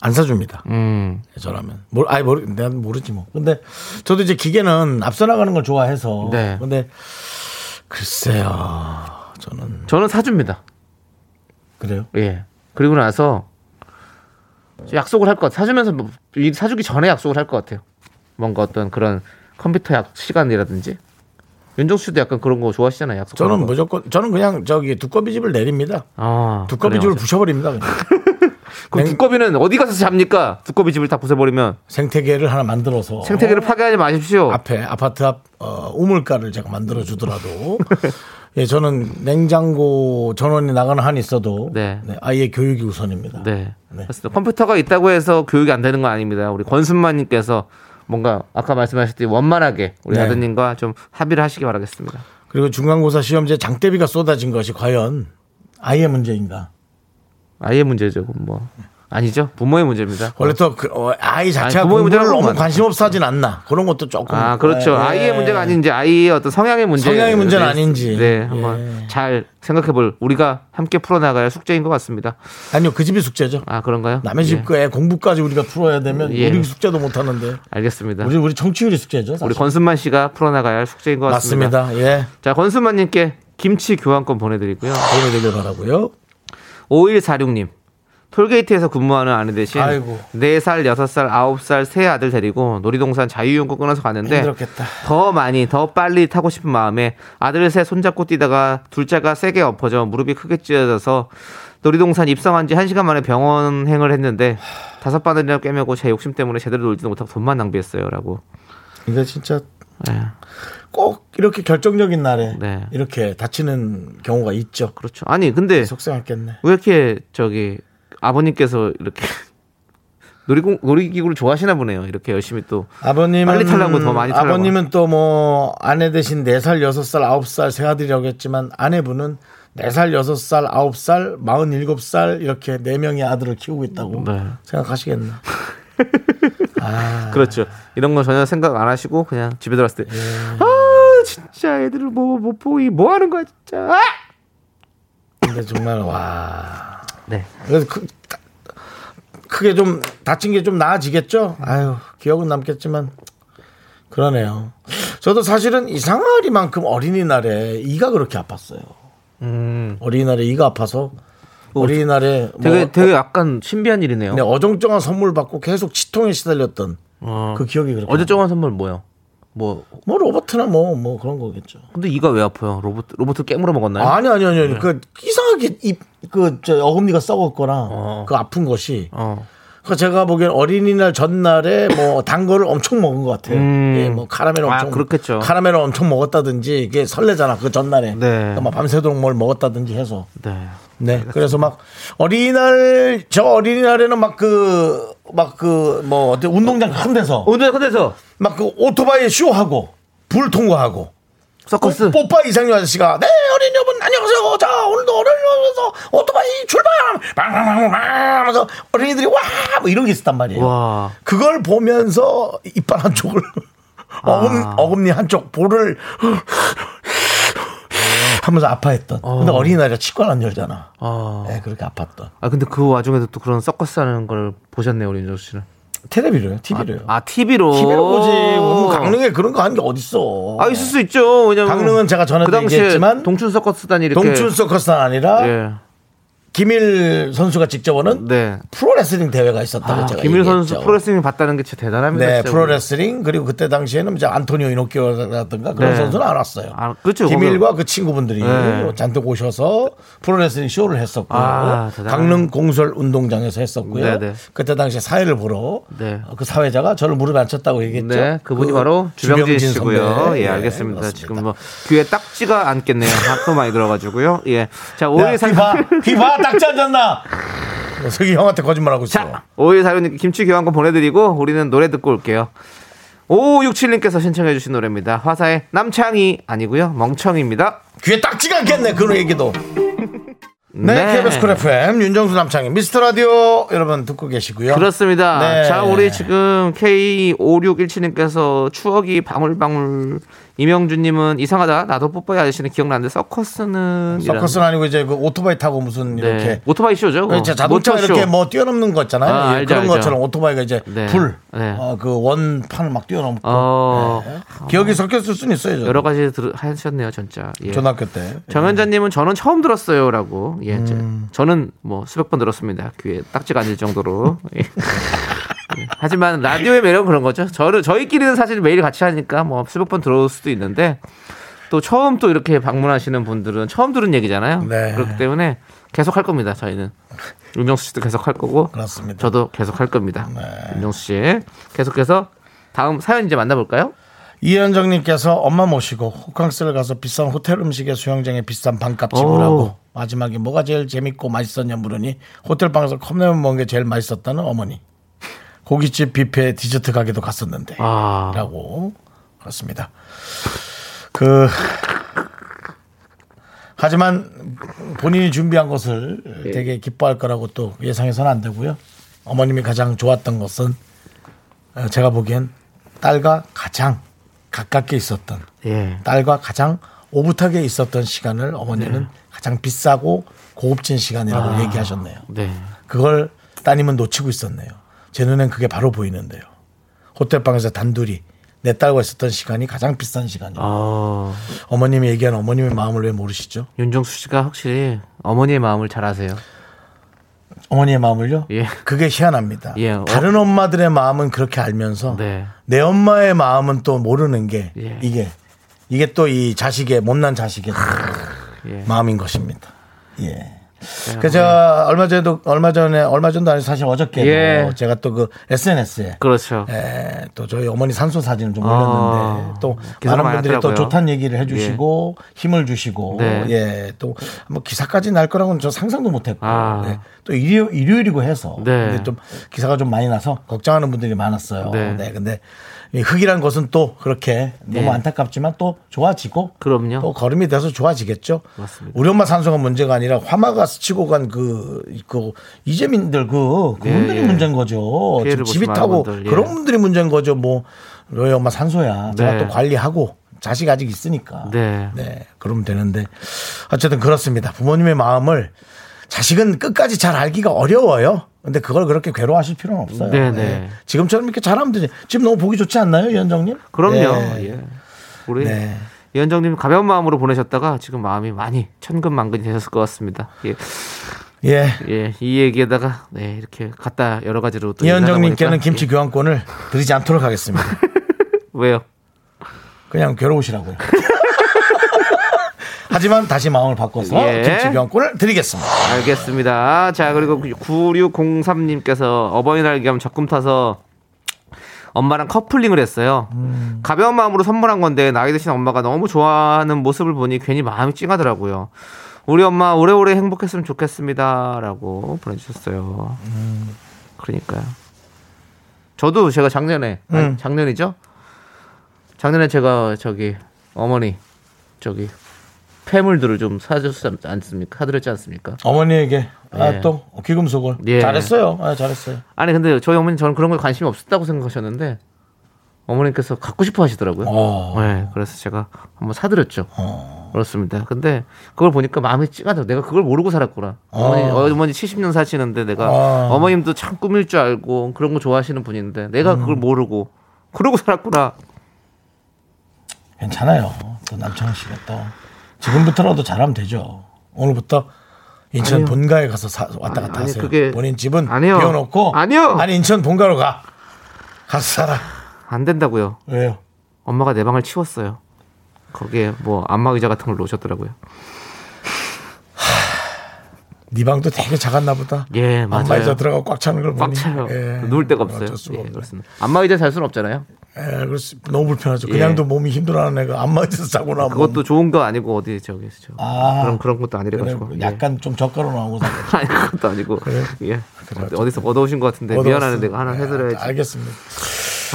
B: 안 사줍니다.
C: 음,
B: 저라면. 뭘, 아예 모르, 난 모르지 뭐. 근데 저도 이제 기계는 앞서 나가는 걸 좋아해서.
C: 네.
B: 근데 글쎄요. 저는
C: 저는 사줍니다.
B: 그래요.
C: 예. 그리고 나서 약속을 할 것 같아요. 사주면서 뭐- 이 사주기 전에 약속을 할 것 같아요. 뭔가 어떤 그런 컴퓨터 약 시간이라든지 윤정수 씨도 약간 그런 거 좋아하시잖아요. 약속.
B: 저는 무조건 저는 그냥 저기 두꺼비집을 내립니다.
C: 아,
B: 두꺼비집을
C: 그래요.
B: 부셔버립니다. 그냥.
C: 그럼
B: 냉-
C: 두꺼비는 어디 가서 잡니까? 두꺼비 집을 다 부숴버리면
B: 생태계를 하나 만들어서
C: 생태계를 파괴하지 마십시오.
B: 앞에 아파트 앞 어, 우물가를 제가 만들어 주더라도 예 저는 냉장고 전원이 나가는 한 있어도
C: 네.
B: 네, 아이의 교육이 우선입니다.
C: 네.
B: 네.
C: 그렇습니다. 컴퓨터가 있다고 해서 교육이 안 되는 건 아닙니다. 우리 권순만님께서 뭔가 아까 말씀하셨듯이 원만하게 우리
B: 네.
C: 아드님과 좀 합의를 하시기 바라겠습니다.
B: 그리고 중간고사 시험제 장대비가 쏟아진 것이 과연 아이의 문제인가?
C: 아이의 문제죠. 그건 뭐 아니죠. 부모의 문제입니다.
B: 원래 또 그, 어, 아이 자체가
C: 아니,
B: 공부를
C: 부모의 문제라고
B: 너무
C: 하면
B: 관심 없어 하진 않나 그런 것도 조금
C: 아, 그렇죠.
B: 예,
C: 아이의
B: 예.
C: 문제가 아닌지 아이의 어떤 성향의 문제
B: 성향의 문제는 아닌지. 예.
C: 네, 한번 잘 생각해 볼 우리가 함께 풀어 나가야 숙제인 것 같습니다.
B: 아니요 그 집이 숙제죠.
C: 아, 그런가요?
B: 남의
C: 예,
B: 집 거에 공부까지 우리가 풀어야 되면
C: 예.
B: 우리 숙제도 못 하는데
C: 알겠습니다.
B: 우리 우리 청취율이 숙제죠. 사실.
C: 우리 권순만 씨가 풀어 나가야 할 숙제인 것 같습니다.
B: 맞습니다. 예
C: 자, 권순만 님께 김치 교환권 보내 드리고요.
B: 보내드길 바라고요.
C: 5146님. 톨게이트에서 근무하는 아내 대신
B: 아이고.
C: 4살, 6살, 9살 세 아들 데리고 놀이동산 자유이용권 끊어서 가는데
B: 힘들었겠다.
C: 더 많이, 더 빨리 타고 싶은 마음에 아들 셋 손잡고 뛰다가 둘째가 세게 엎어져 무릎이 크게 찢어져서 놀이동산 입성한 지 1시간 만에 병원행을 했는데 다섯 바늘이나 꿰매고 제 욕심 때문에 제대로 놀지도 못하고 돈만 낭비했어요. 라고.
B: 이거 진짜
C: 예,
B: 꼭 이렇게 결정적인 날에
C: 네.
B: 이렇게 다치는 경우가 있죠.
C: 그렇죠. 아니, 근데
B: 속상했겠네.
C: 왜 이렇게 저기 아버님께서 이렇게 *laughs* 놀이공 놀이기구를 좋아하시나 보네요. 이렇게 열심히 또
B: 아버님은
C: 빨리 타려고 더 많이 타려고.
B: 아버님은 또 뭐 아내 대신 4살, 6살, 9살 세 아들이라고 했지만 아내분은 4살, 6살, 9살, 47살 이렇게 네명의 아들을 키우고 있다고
C: 네.
B: 생각하시겠네.
C: 그렇죠. 이런 거 전혀 생각 안 하시고 그냥 집에 들어왔을 때
B: 예.
C: 아, 진짜 애들을 뭐 못 보이 뭐 하는 거야, 진짜. 아!
B: 근데 정말 와.
C: 네.
B: 그래서 크, 게좀 다친 게 좀 나아지겠죠? 아유, 기억은 남겠지만 그러네요. 저도 사실은 이상하리만큼 어린이날에 이가 그렇게 아팠어요. 어린이날에 이가 아파서 어린이날에 음. 뭐
C: 되게 되게 약간 신비한 일이네요.
B: 네, 어정쩡한 선물 받고 계속 치통에 시달렸던
C: 어.
B: 그 기억이 그렇게
C: 어제 정한 선물 뭐예요? 뭐
B: 뭐 로버트나 뭐 뭐 그런 거겠죠.
C: 근데 이가 왜 아파요? 로봇 로봇을 깨물어 먹었나요?
B: 아니 아니 아니, 아니.
C: 네.
B: 그 이상하게 입그저 어금니가 썩었거나 그 아픈 것이
C: 어.
B: 그 제가 보기엔 어린이날 전날에 뭐 *laughs* 단 거를 엄청 먹은 것 같아요.
C: 음.
B: 예, 뭐 카라멜
C: 아,
B: 엄청
C: 그렇겠죠.
B: 카라멜을 엄청 먹었다든지 이게 설레잖아 그 전날에.
C: 네.
B: 그러니까 막 밤새도록 뭘 먹었다든지 해서.
C: 네.
B: 네. 그래서 막 어린이날 저 어린이날에는 막 그 막 그 뭐 어때 운동장 큰 데서
C: 오늘 근데서
B: 막 그 오토바이 쇼하고 불 통과하고 그
C: 서커스
B: 뽀- 뽀빠 이상류 아저씨가 네 어린 여러분 안녕하세요 자 오늘도 어린이날에서 오토바이 출발 빵빵빵빵 하면서 어린이들이 와뭐 이런 게 있었단 말이에요
C: 와.
B: 그걸 보면서 이빨 한쪽을
C: 아.
B: 어금, 어금니 한쪽 볼을 하면서 아파했던 근데 어린이날이라 치과를 안 열잖아
C: 아.
B: 네, 그렇게 아팠던
C: 아 근데 그 와중에도 또 그런 서커스 하는 걸 보셨네요, 우리 윤정 씨는.
B: 테레비로요 TV로요
C: 아, TV로. 어.
B: TV로 보지 뭐 강릉에 그런 거 하는 게 어딨어
C: 아, 있을 수 있죠. 왜냐면
B: 강릉은 제가 전에도
C: 그 당시에
B: 얘기했지만
C: 동춘 서커스단 이렇게
B: 동춘 서커스는 아니라
C: 예.
B: 김일 선수가 직접 오는
C: 네.
B: 프로레슬링 대회가 있었다고
C: 아,
B: 제가
C: 김일 선수
B: 얘기했죠.
C: 프로레슬링 봤다는 게 진짜 대단합니다.
B: 네
C: 진짜.
B: 프로레슬링 그리고 그때 당시에는 이제 안토니오 이노키오라든가 그런
C: 네.
B: 선수는 안 왔어요.
C: 아, 그렇죠.
B: 김일과 그 친구분들이
C: 네.
B: 잔뜩 오셔서 프로레슬링 쇼를 했었고요.
C: 아, 대단하네.
B: 강릉 공설 운동장에서 했었고요.
C: 네, 네.
B: 그때 당시에 사회를 보러
C: 네.
B: 그 사회자가 저를 무릎에 앉혔다고 얘기했죠.
C: 네, 그분이
B: 그
C: 바로 주병진 씨고요.
B: 선배.
C: 예,
B: 네,
C: 알겠습니다.
B: 그렇습니다.
C: 지금 뭐 귀에 딱지가 *laughs* 않겠네요. 하도 많이 들어가지고요. 예, 자
B: 야,
C: 오해 상
B: *laughs* 휘바, 휘바 딱 잡았나? 어, 녀석이 형한테 거짓말하고 있어.
C: 자, 5146님께 김치 교환권 보내드리고 우리는 노래 듣고 올게요. 5567님께서 신청해주신 노래입니다. 화사의 남창이 아니고요 멍청입니다.
B: 귀에 딱지가 않겠네 그런 얘기도. 네, KBS 쿨 FM 윤정수 남창희 미스터 라디오 여러분 듣고 계시고요.
C: 그렇습니다.
B: 네.
C: 자, 우리 지금 K5617님께서 추억이 방울방울 이명준님은 이상하다. 나도 뽀뽀야 아저씨는 기억나는데 서커스는
B: 서커스는 아니고 이제 그 오토바이 타고 무슨
C: 이런-
B: 이렇게
C: 네. 오토바이 쇼죠.
B: 그 이제 자동차
C: 모터쇼.
B: 이렇게 뭐 뛰어넘는 거 있잖아요.
C: 아,
B: 예,
C: 알죠,
B: 그런
C: 알죠.
B: 것처럼 오토바이가 이제
C: 네.
B: 불,
C: 네.
B: 어, 그 원판을 막 뛰어넘고
C: 어,
B: 네. 기억이 섞였을 수는 있어요. 저는.
C: 여러 가지 들, 하셨네요, 진짜. 예.
B: 초등학교 때.
C: 정현자님은 저는 처음 들었어요라고 예 이제
B: 음.
C: 저는 뭐 수백 번 들었습니다 귀에 딱지가 앉을 정도로 예. 예. 하지만 라디오의 매력은 그런 거죠 저는 저희끼리는 사실 매일 같이 하니까 뭐 수백 번 들어올 수도 있는데 또 처음 또 이렇게 방문하시는 분들은 처음 들은 얘기잖아요
B: 네.
C: 그렇기 때문에 계속 할 겁니다 저희는 윤정수 씨도 계속 할 거고
B: 그렇습니다. 네.
C: 저도 계속 할 겁니다 윤정수 씨 계속해서 다음 사연 이제 만나볼까요?
B: 이현정님께서 엄마 모시고 호캉스를 가서 비싼 호텔 음식에 수영장에 비싼 반값 지불하고
C: 오.
B: 마지막에 뭐가 제일 재밌고 맛있었냐 물으니 호텔 방에서 컵라면 먹은 게 제일 맛있었다는 어머니. 고깃집 뷔페 디저트 가게도 갔었는데.
C: 아
B: 라고 그렇습니다. 그 하지만 본인이 준비한 것을 되게 기뻐할 거라고 또 예상해서는 안 되고요. 어머님이 가장 좋았던 것은 어, 제가 보기엔 딸과 가장 가깝게 있었던
C: 예.
B: 딸과 가장 오붓하게 있었던 시간을 어머니는 가장 비싸고 고급진 시간이라고 얘기하셨네요.
C: 네.
B: 그걸 따님은 놓치고 있었네요. 제 눈엔 그게 바로 보이는데요. 호텔방에서 단둘이 내 딸과 있었던 시간이 가장 비싼 시간이에요.
C: 어...
B: 어머님이 얘기한 어머님의 마음을 왜 모르시죠?
C: 윤정수 씨가 확실히 어머니의 마음을 잘 아세요.
B: 어머니의 마음을요?
C: 예.
B: 그게 희한합니다.
C: 예, 어.
B: 다른 엄마들의 마음은 그렇게 알면서
C: 네.
B: 내 엄마의 마음은 또 모르는 게
C: 예. 아,
B: 이게 이게 또 이 자식의 못난 자식의
C: 예.
B: 마음인 것입니다. 예. 그 제가 얼마 전에도 얼마 전에 얼마 전도 아니고 사실 어저께
C: 예.
B: 도 제가 또 그 SNS에
C: 그렇죠.
B: 예, 또 저희 어머니 산소 사진을 좀 올렸는데
C: 아,
B: 또
C: 기사가
B: 많은 분들이 또
C: 많았더라고요. 예.
B: 좋다는 얘기를 해주시고 힘을 주시고
C: 네.
B: 예, 또 뭐 기사까지 날 거라고는 저 상상도 못했고
C: 아.
B: 예, 또 일요, 일요일이고 해서
C: 네.
B: 근데 좀 기사가 좀 많이 나서 걱정하는 분들이 많았어요.
C: 네.
B: 네, 근데 이 흙이란 것은 또 그렇게
C: 네.
B: 너무 안타깝지만 또 좋아지고
C: 그럼요.
B: 또 걸음이 돼서 좋아지겠죠.
C: 맞습니다.
B: 우리 엄마 산소가 문제가 아니라 화마가 스치고 간그그 이재민들 그 그분들이
C: 예.
B: 문제인 거죠.
C: 피해를
B: 지금 집이
C: 보신
B: 타고
C: 많은 분들, 예.
B: 그런 분들이 문제인 거죠. 뭐 너희 엄마 산소야.
C: 네.
B: 제가 또 관리하고 자식 아직 있으니까.
C: 네.
B: 그러면 되는데 어쨌든 그렇습니다. 부모님의 마음을 자식은 끝까지 잘 알기가 어려워요. 근데 그걸 그렇게 괴로워하실 필요는 없어요.
C: 네, 네.
B: 지금처럼 이렇게 잘하면 되지. 지금 너무 보기 좋지 않나요, 위원장님?
C: 그럼요.
B: 네.
C: 예. 우리
B: 네.
C: 이현정님 가벼운 마음으로 보내셨다가 지금 마음이 많이 천근만근이 되셨을 것 같습니다. 예,
B: 예.
C: 예, 이 얘기에다가 네, 이렇게 갖다 여러 가지로 또
B: 이현정님께는
C: 그 얘기하다 보니까
B: 김치 교환권을 드리지 않도록 하겠습니다.
C: 예. 왜요?
B: 그냥 괴로우시라고요. *laughs* 하지만 다시 마음을 바꿔서
C: 예.
B: 김치 교환권을 드리겠습니다.
C: 알겠습니다. 자, 그리고 9603님께서 어버이날 겸 적금 타서 엄마랑 커플링을 했어요. 가벼운 마음으로 선물한 건데 나이 드신 엄마가 너무 좋아하는 모습을 보니 괜히 마음이 찡하더라고요. 우리 엄마 오래오래 행복했으면 좋겠습니다라고 보내주셨어요. 그러니까요. 저도 제가 작년에 아니, 작년이죠? 작년에 제가 저기 어머니 저기 폐물들을 좀 사줬지 않습니까? 사드렸지 않습니까?
B: 어머니에게
C: 예.
B: 아, 또 귀금속을
C: 예.
B: 잘했어요. 아, 잘했어요.
C: 아니 근데 저희 어머니 저는 그런 거에 관심이 없었다고 생각하셨는데 어머님께서 갖고 싶어 하시더라고요.
B: 어.
C: 네, 그래서 제가 한번 사드렸죠. 그렇습니다. 근데 그걸 보니까 마음이 찡하더라고. 내가 그걸 모르고 살았구나. 어머니, 어머니 70년 사시는데 내가
B: 어.
C: 어. 머님도참 꾸밀 줄 알고 그런 거 좋아하시는 분인데 내가
B: 음.
C: 그걸 모르고 그러고 살았구나.
B: 괜찮아요. 또 남창희 씨가 또 지금부터라도 잘하면 되죠. 오늘부터 인천
C: 아니요.
B: 본가에 가서 사- 왔다 갔다
C: 아니, 아니,
B: 하세요.
C: 그게-
B: 본인 집은
C: 아니요.
B: 비워놓고
C: 아니요.
B: 아니 인천 본가로 가. 가서 살아.
C: 안 된다고요.
B: 왜요?
C: 엄마가 내 방을 치웠어요. 거기에 뭐 안마 의자 같은 걸 놓으셨더라고요.
B: 네 방도 되게 작았나 보다.
C: 예, 맞아요.
B: 안마의자 들어가 꽉 차는 걸 보니.
C: 꽉 차요.
B: 예,
C: 누울 데가 없어요.
B: 어쩔 수가
C: 예,
B: 없네.
C: 그렇습니다. 안마 의자 잘 수는 없잖아요.
B: 예, 그렇습니다. 너무 불편하죠. 그냥도 몸이 힘들어하는 애가 안마의자에서 자고 나면
C: 예. 그것도 좋은 거 아니고 어디 저기서 저
B: 뭐. 아.
C: 그런 그런 것도 아니래 가지고 예.
B: 그냥 약간 좀 젓가락 나오고 자
C: 아니 그것도 아니고 예
B: 그래요?
C: 어디서 얻어오신 것 같은데 네, 미안하는 데가 하나 해드려야지
B: 예, 알겠습니다.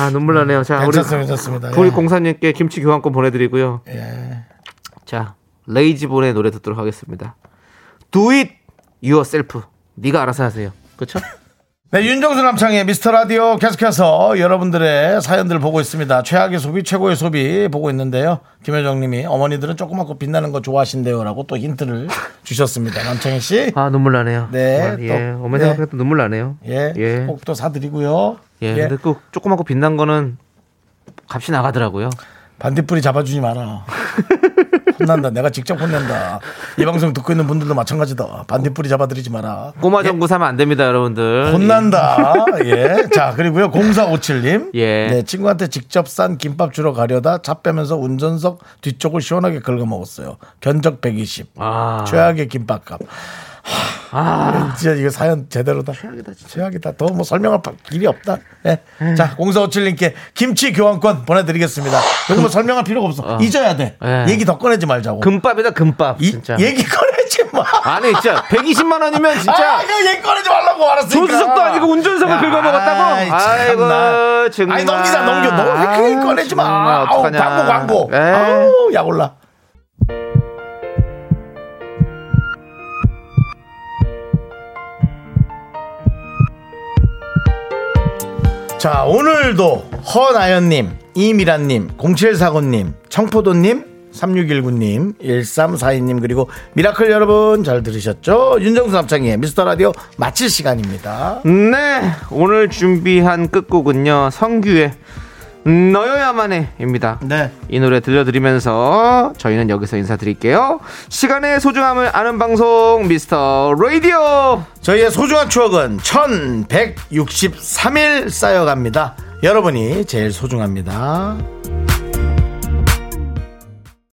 C: 아 눈물 나네요 자 우리
B: 괜찮습니다. 예. 괜찮습니다.
C: 구일 공사님께 김치 교환권 보내드리고요
B: 예. 예.
C: 자 레이지본의 노래 듣도록 하겠습니다 Do it yourself 네가 알아서 하세요 그렇죠
B: 네, 윤정수 남창의 미스터 라디오 계속해서 여러분들의 사연들을 보고 있습니다. 최악의 소비, 최고의 소비 보고 있는데요. 김효정 님이 어머니들은 조그맣고 빛나는 거 좋아하신대요 라고 또 힌트를 주셨습니다. 남창희 씨.
C: 아 눈물 나네요
B: 네,
C: 정말, 예
B: 또,
C: 어머니
B: 네.
C: 생각해도 눈물 나네요
B: 예.
C: 예.
B: 꼭 또 사드리고요.
C: 예,
B: 예.
C: 근데 그 조그맣고 빛난 거는 값이 나가더라고요
B: 반딧불이 잡아주지
C: *laughs*
B: 마라. 혼난다. 내가 직접 혼낸다. 이 방송 듣고 있는 분들도 마찬가지다. 반딧불이 잡아드리지 마라.
C: 꼬마 전구 사면 안 됩니다 여러분들 *laughs*
B: 혼난다. 예. 자, 그리고요. 0457님.
C: 예.
B: 네, 친구한테 직접 싼 김밥 주러 가려다 차 빼면서 운전석 뒤쪽을 시원하게 긁어 먹었어요. 견적 120.
C: 아.
B: 최악의 김밥값. 아. 진짜 이거 사연 제대로다. 최악이다. 더 뭐 설명할 바- 길이 없다. 예. 자, 0457님께 김치 교환권 보내드리겠습니다. 이거 뭐 설명할 필요가 없어. 잊어야 돼.
C: 예.
B: 얘기 더 꺼내지 말자고.
C: 금밥이다 금밥
B: 이-
C: 진짜
B: 얘기 꺼내지 마.
C: 아니 진짜 120만 원이면
B: 아,
C: 진짜
B: 이거 얘기 꺼내지 말라고 알았으니까.
C: 조수석도 아니고 운전석을
B: 야,
C: 긁어먹었다고?
B: 아이,
C: 아이고,
B: 참나.
C: 정말.
B: 아니 넘기자 넘겨. 너왜 그게
C: 아유,
B: 꺼내지
C: 정말
B: 마. 아우
C: 어떡하냐.
B: 광고 광고.
C: 네.
B: 아우 약 올라. 자 오늘도 허나연님, 이미란님, 0749님, 청포도님, 3619님, 1342님 그리고 미라클 여러분 잘 들으셨죠? 윤정수 남창희의 미스터라디오 마칠 시간입니다.
C: 네 오늘 준비한 끝곡은요 성규의 너여야만 해입니다
B: 네.
C: 이 노래 들려드리면서 저희는 여기서 인사드릴게요 시간의 소중함을 아는 방송 미스터 라디오
B: 저희의 소중한 추억은 1163일 쌓여갑니다. 여러분이 제일 소중합니다.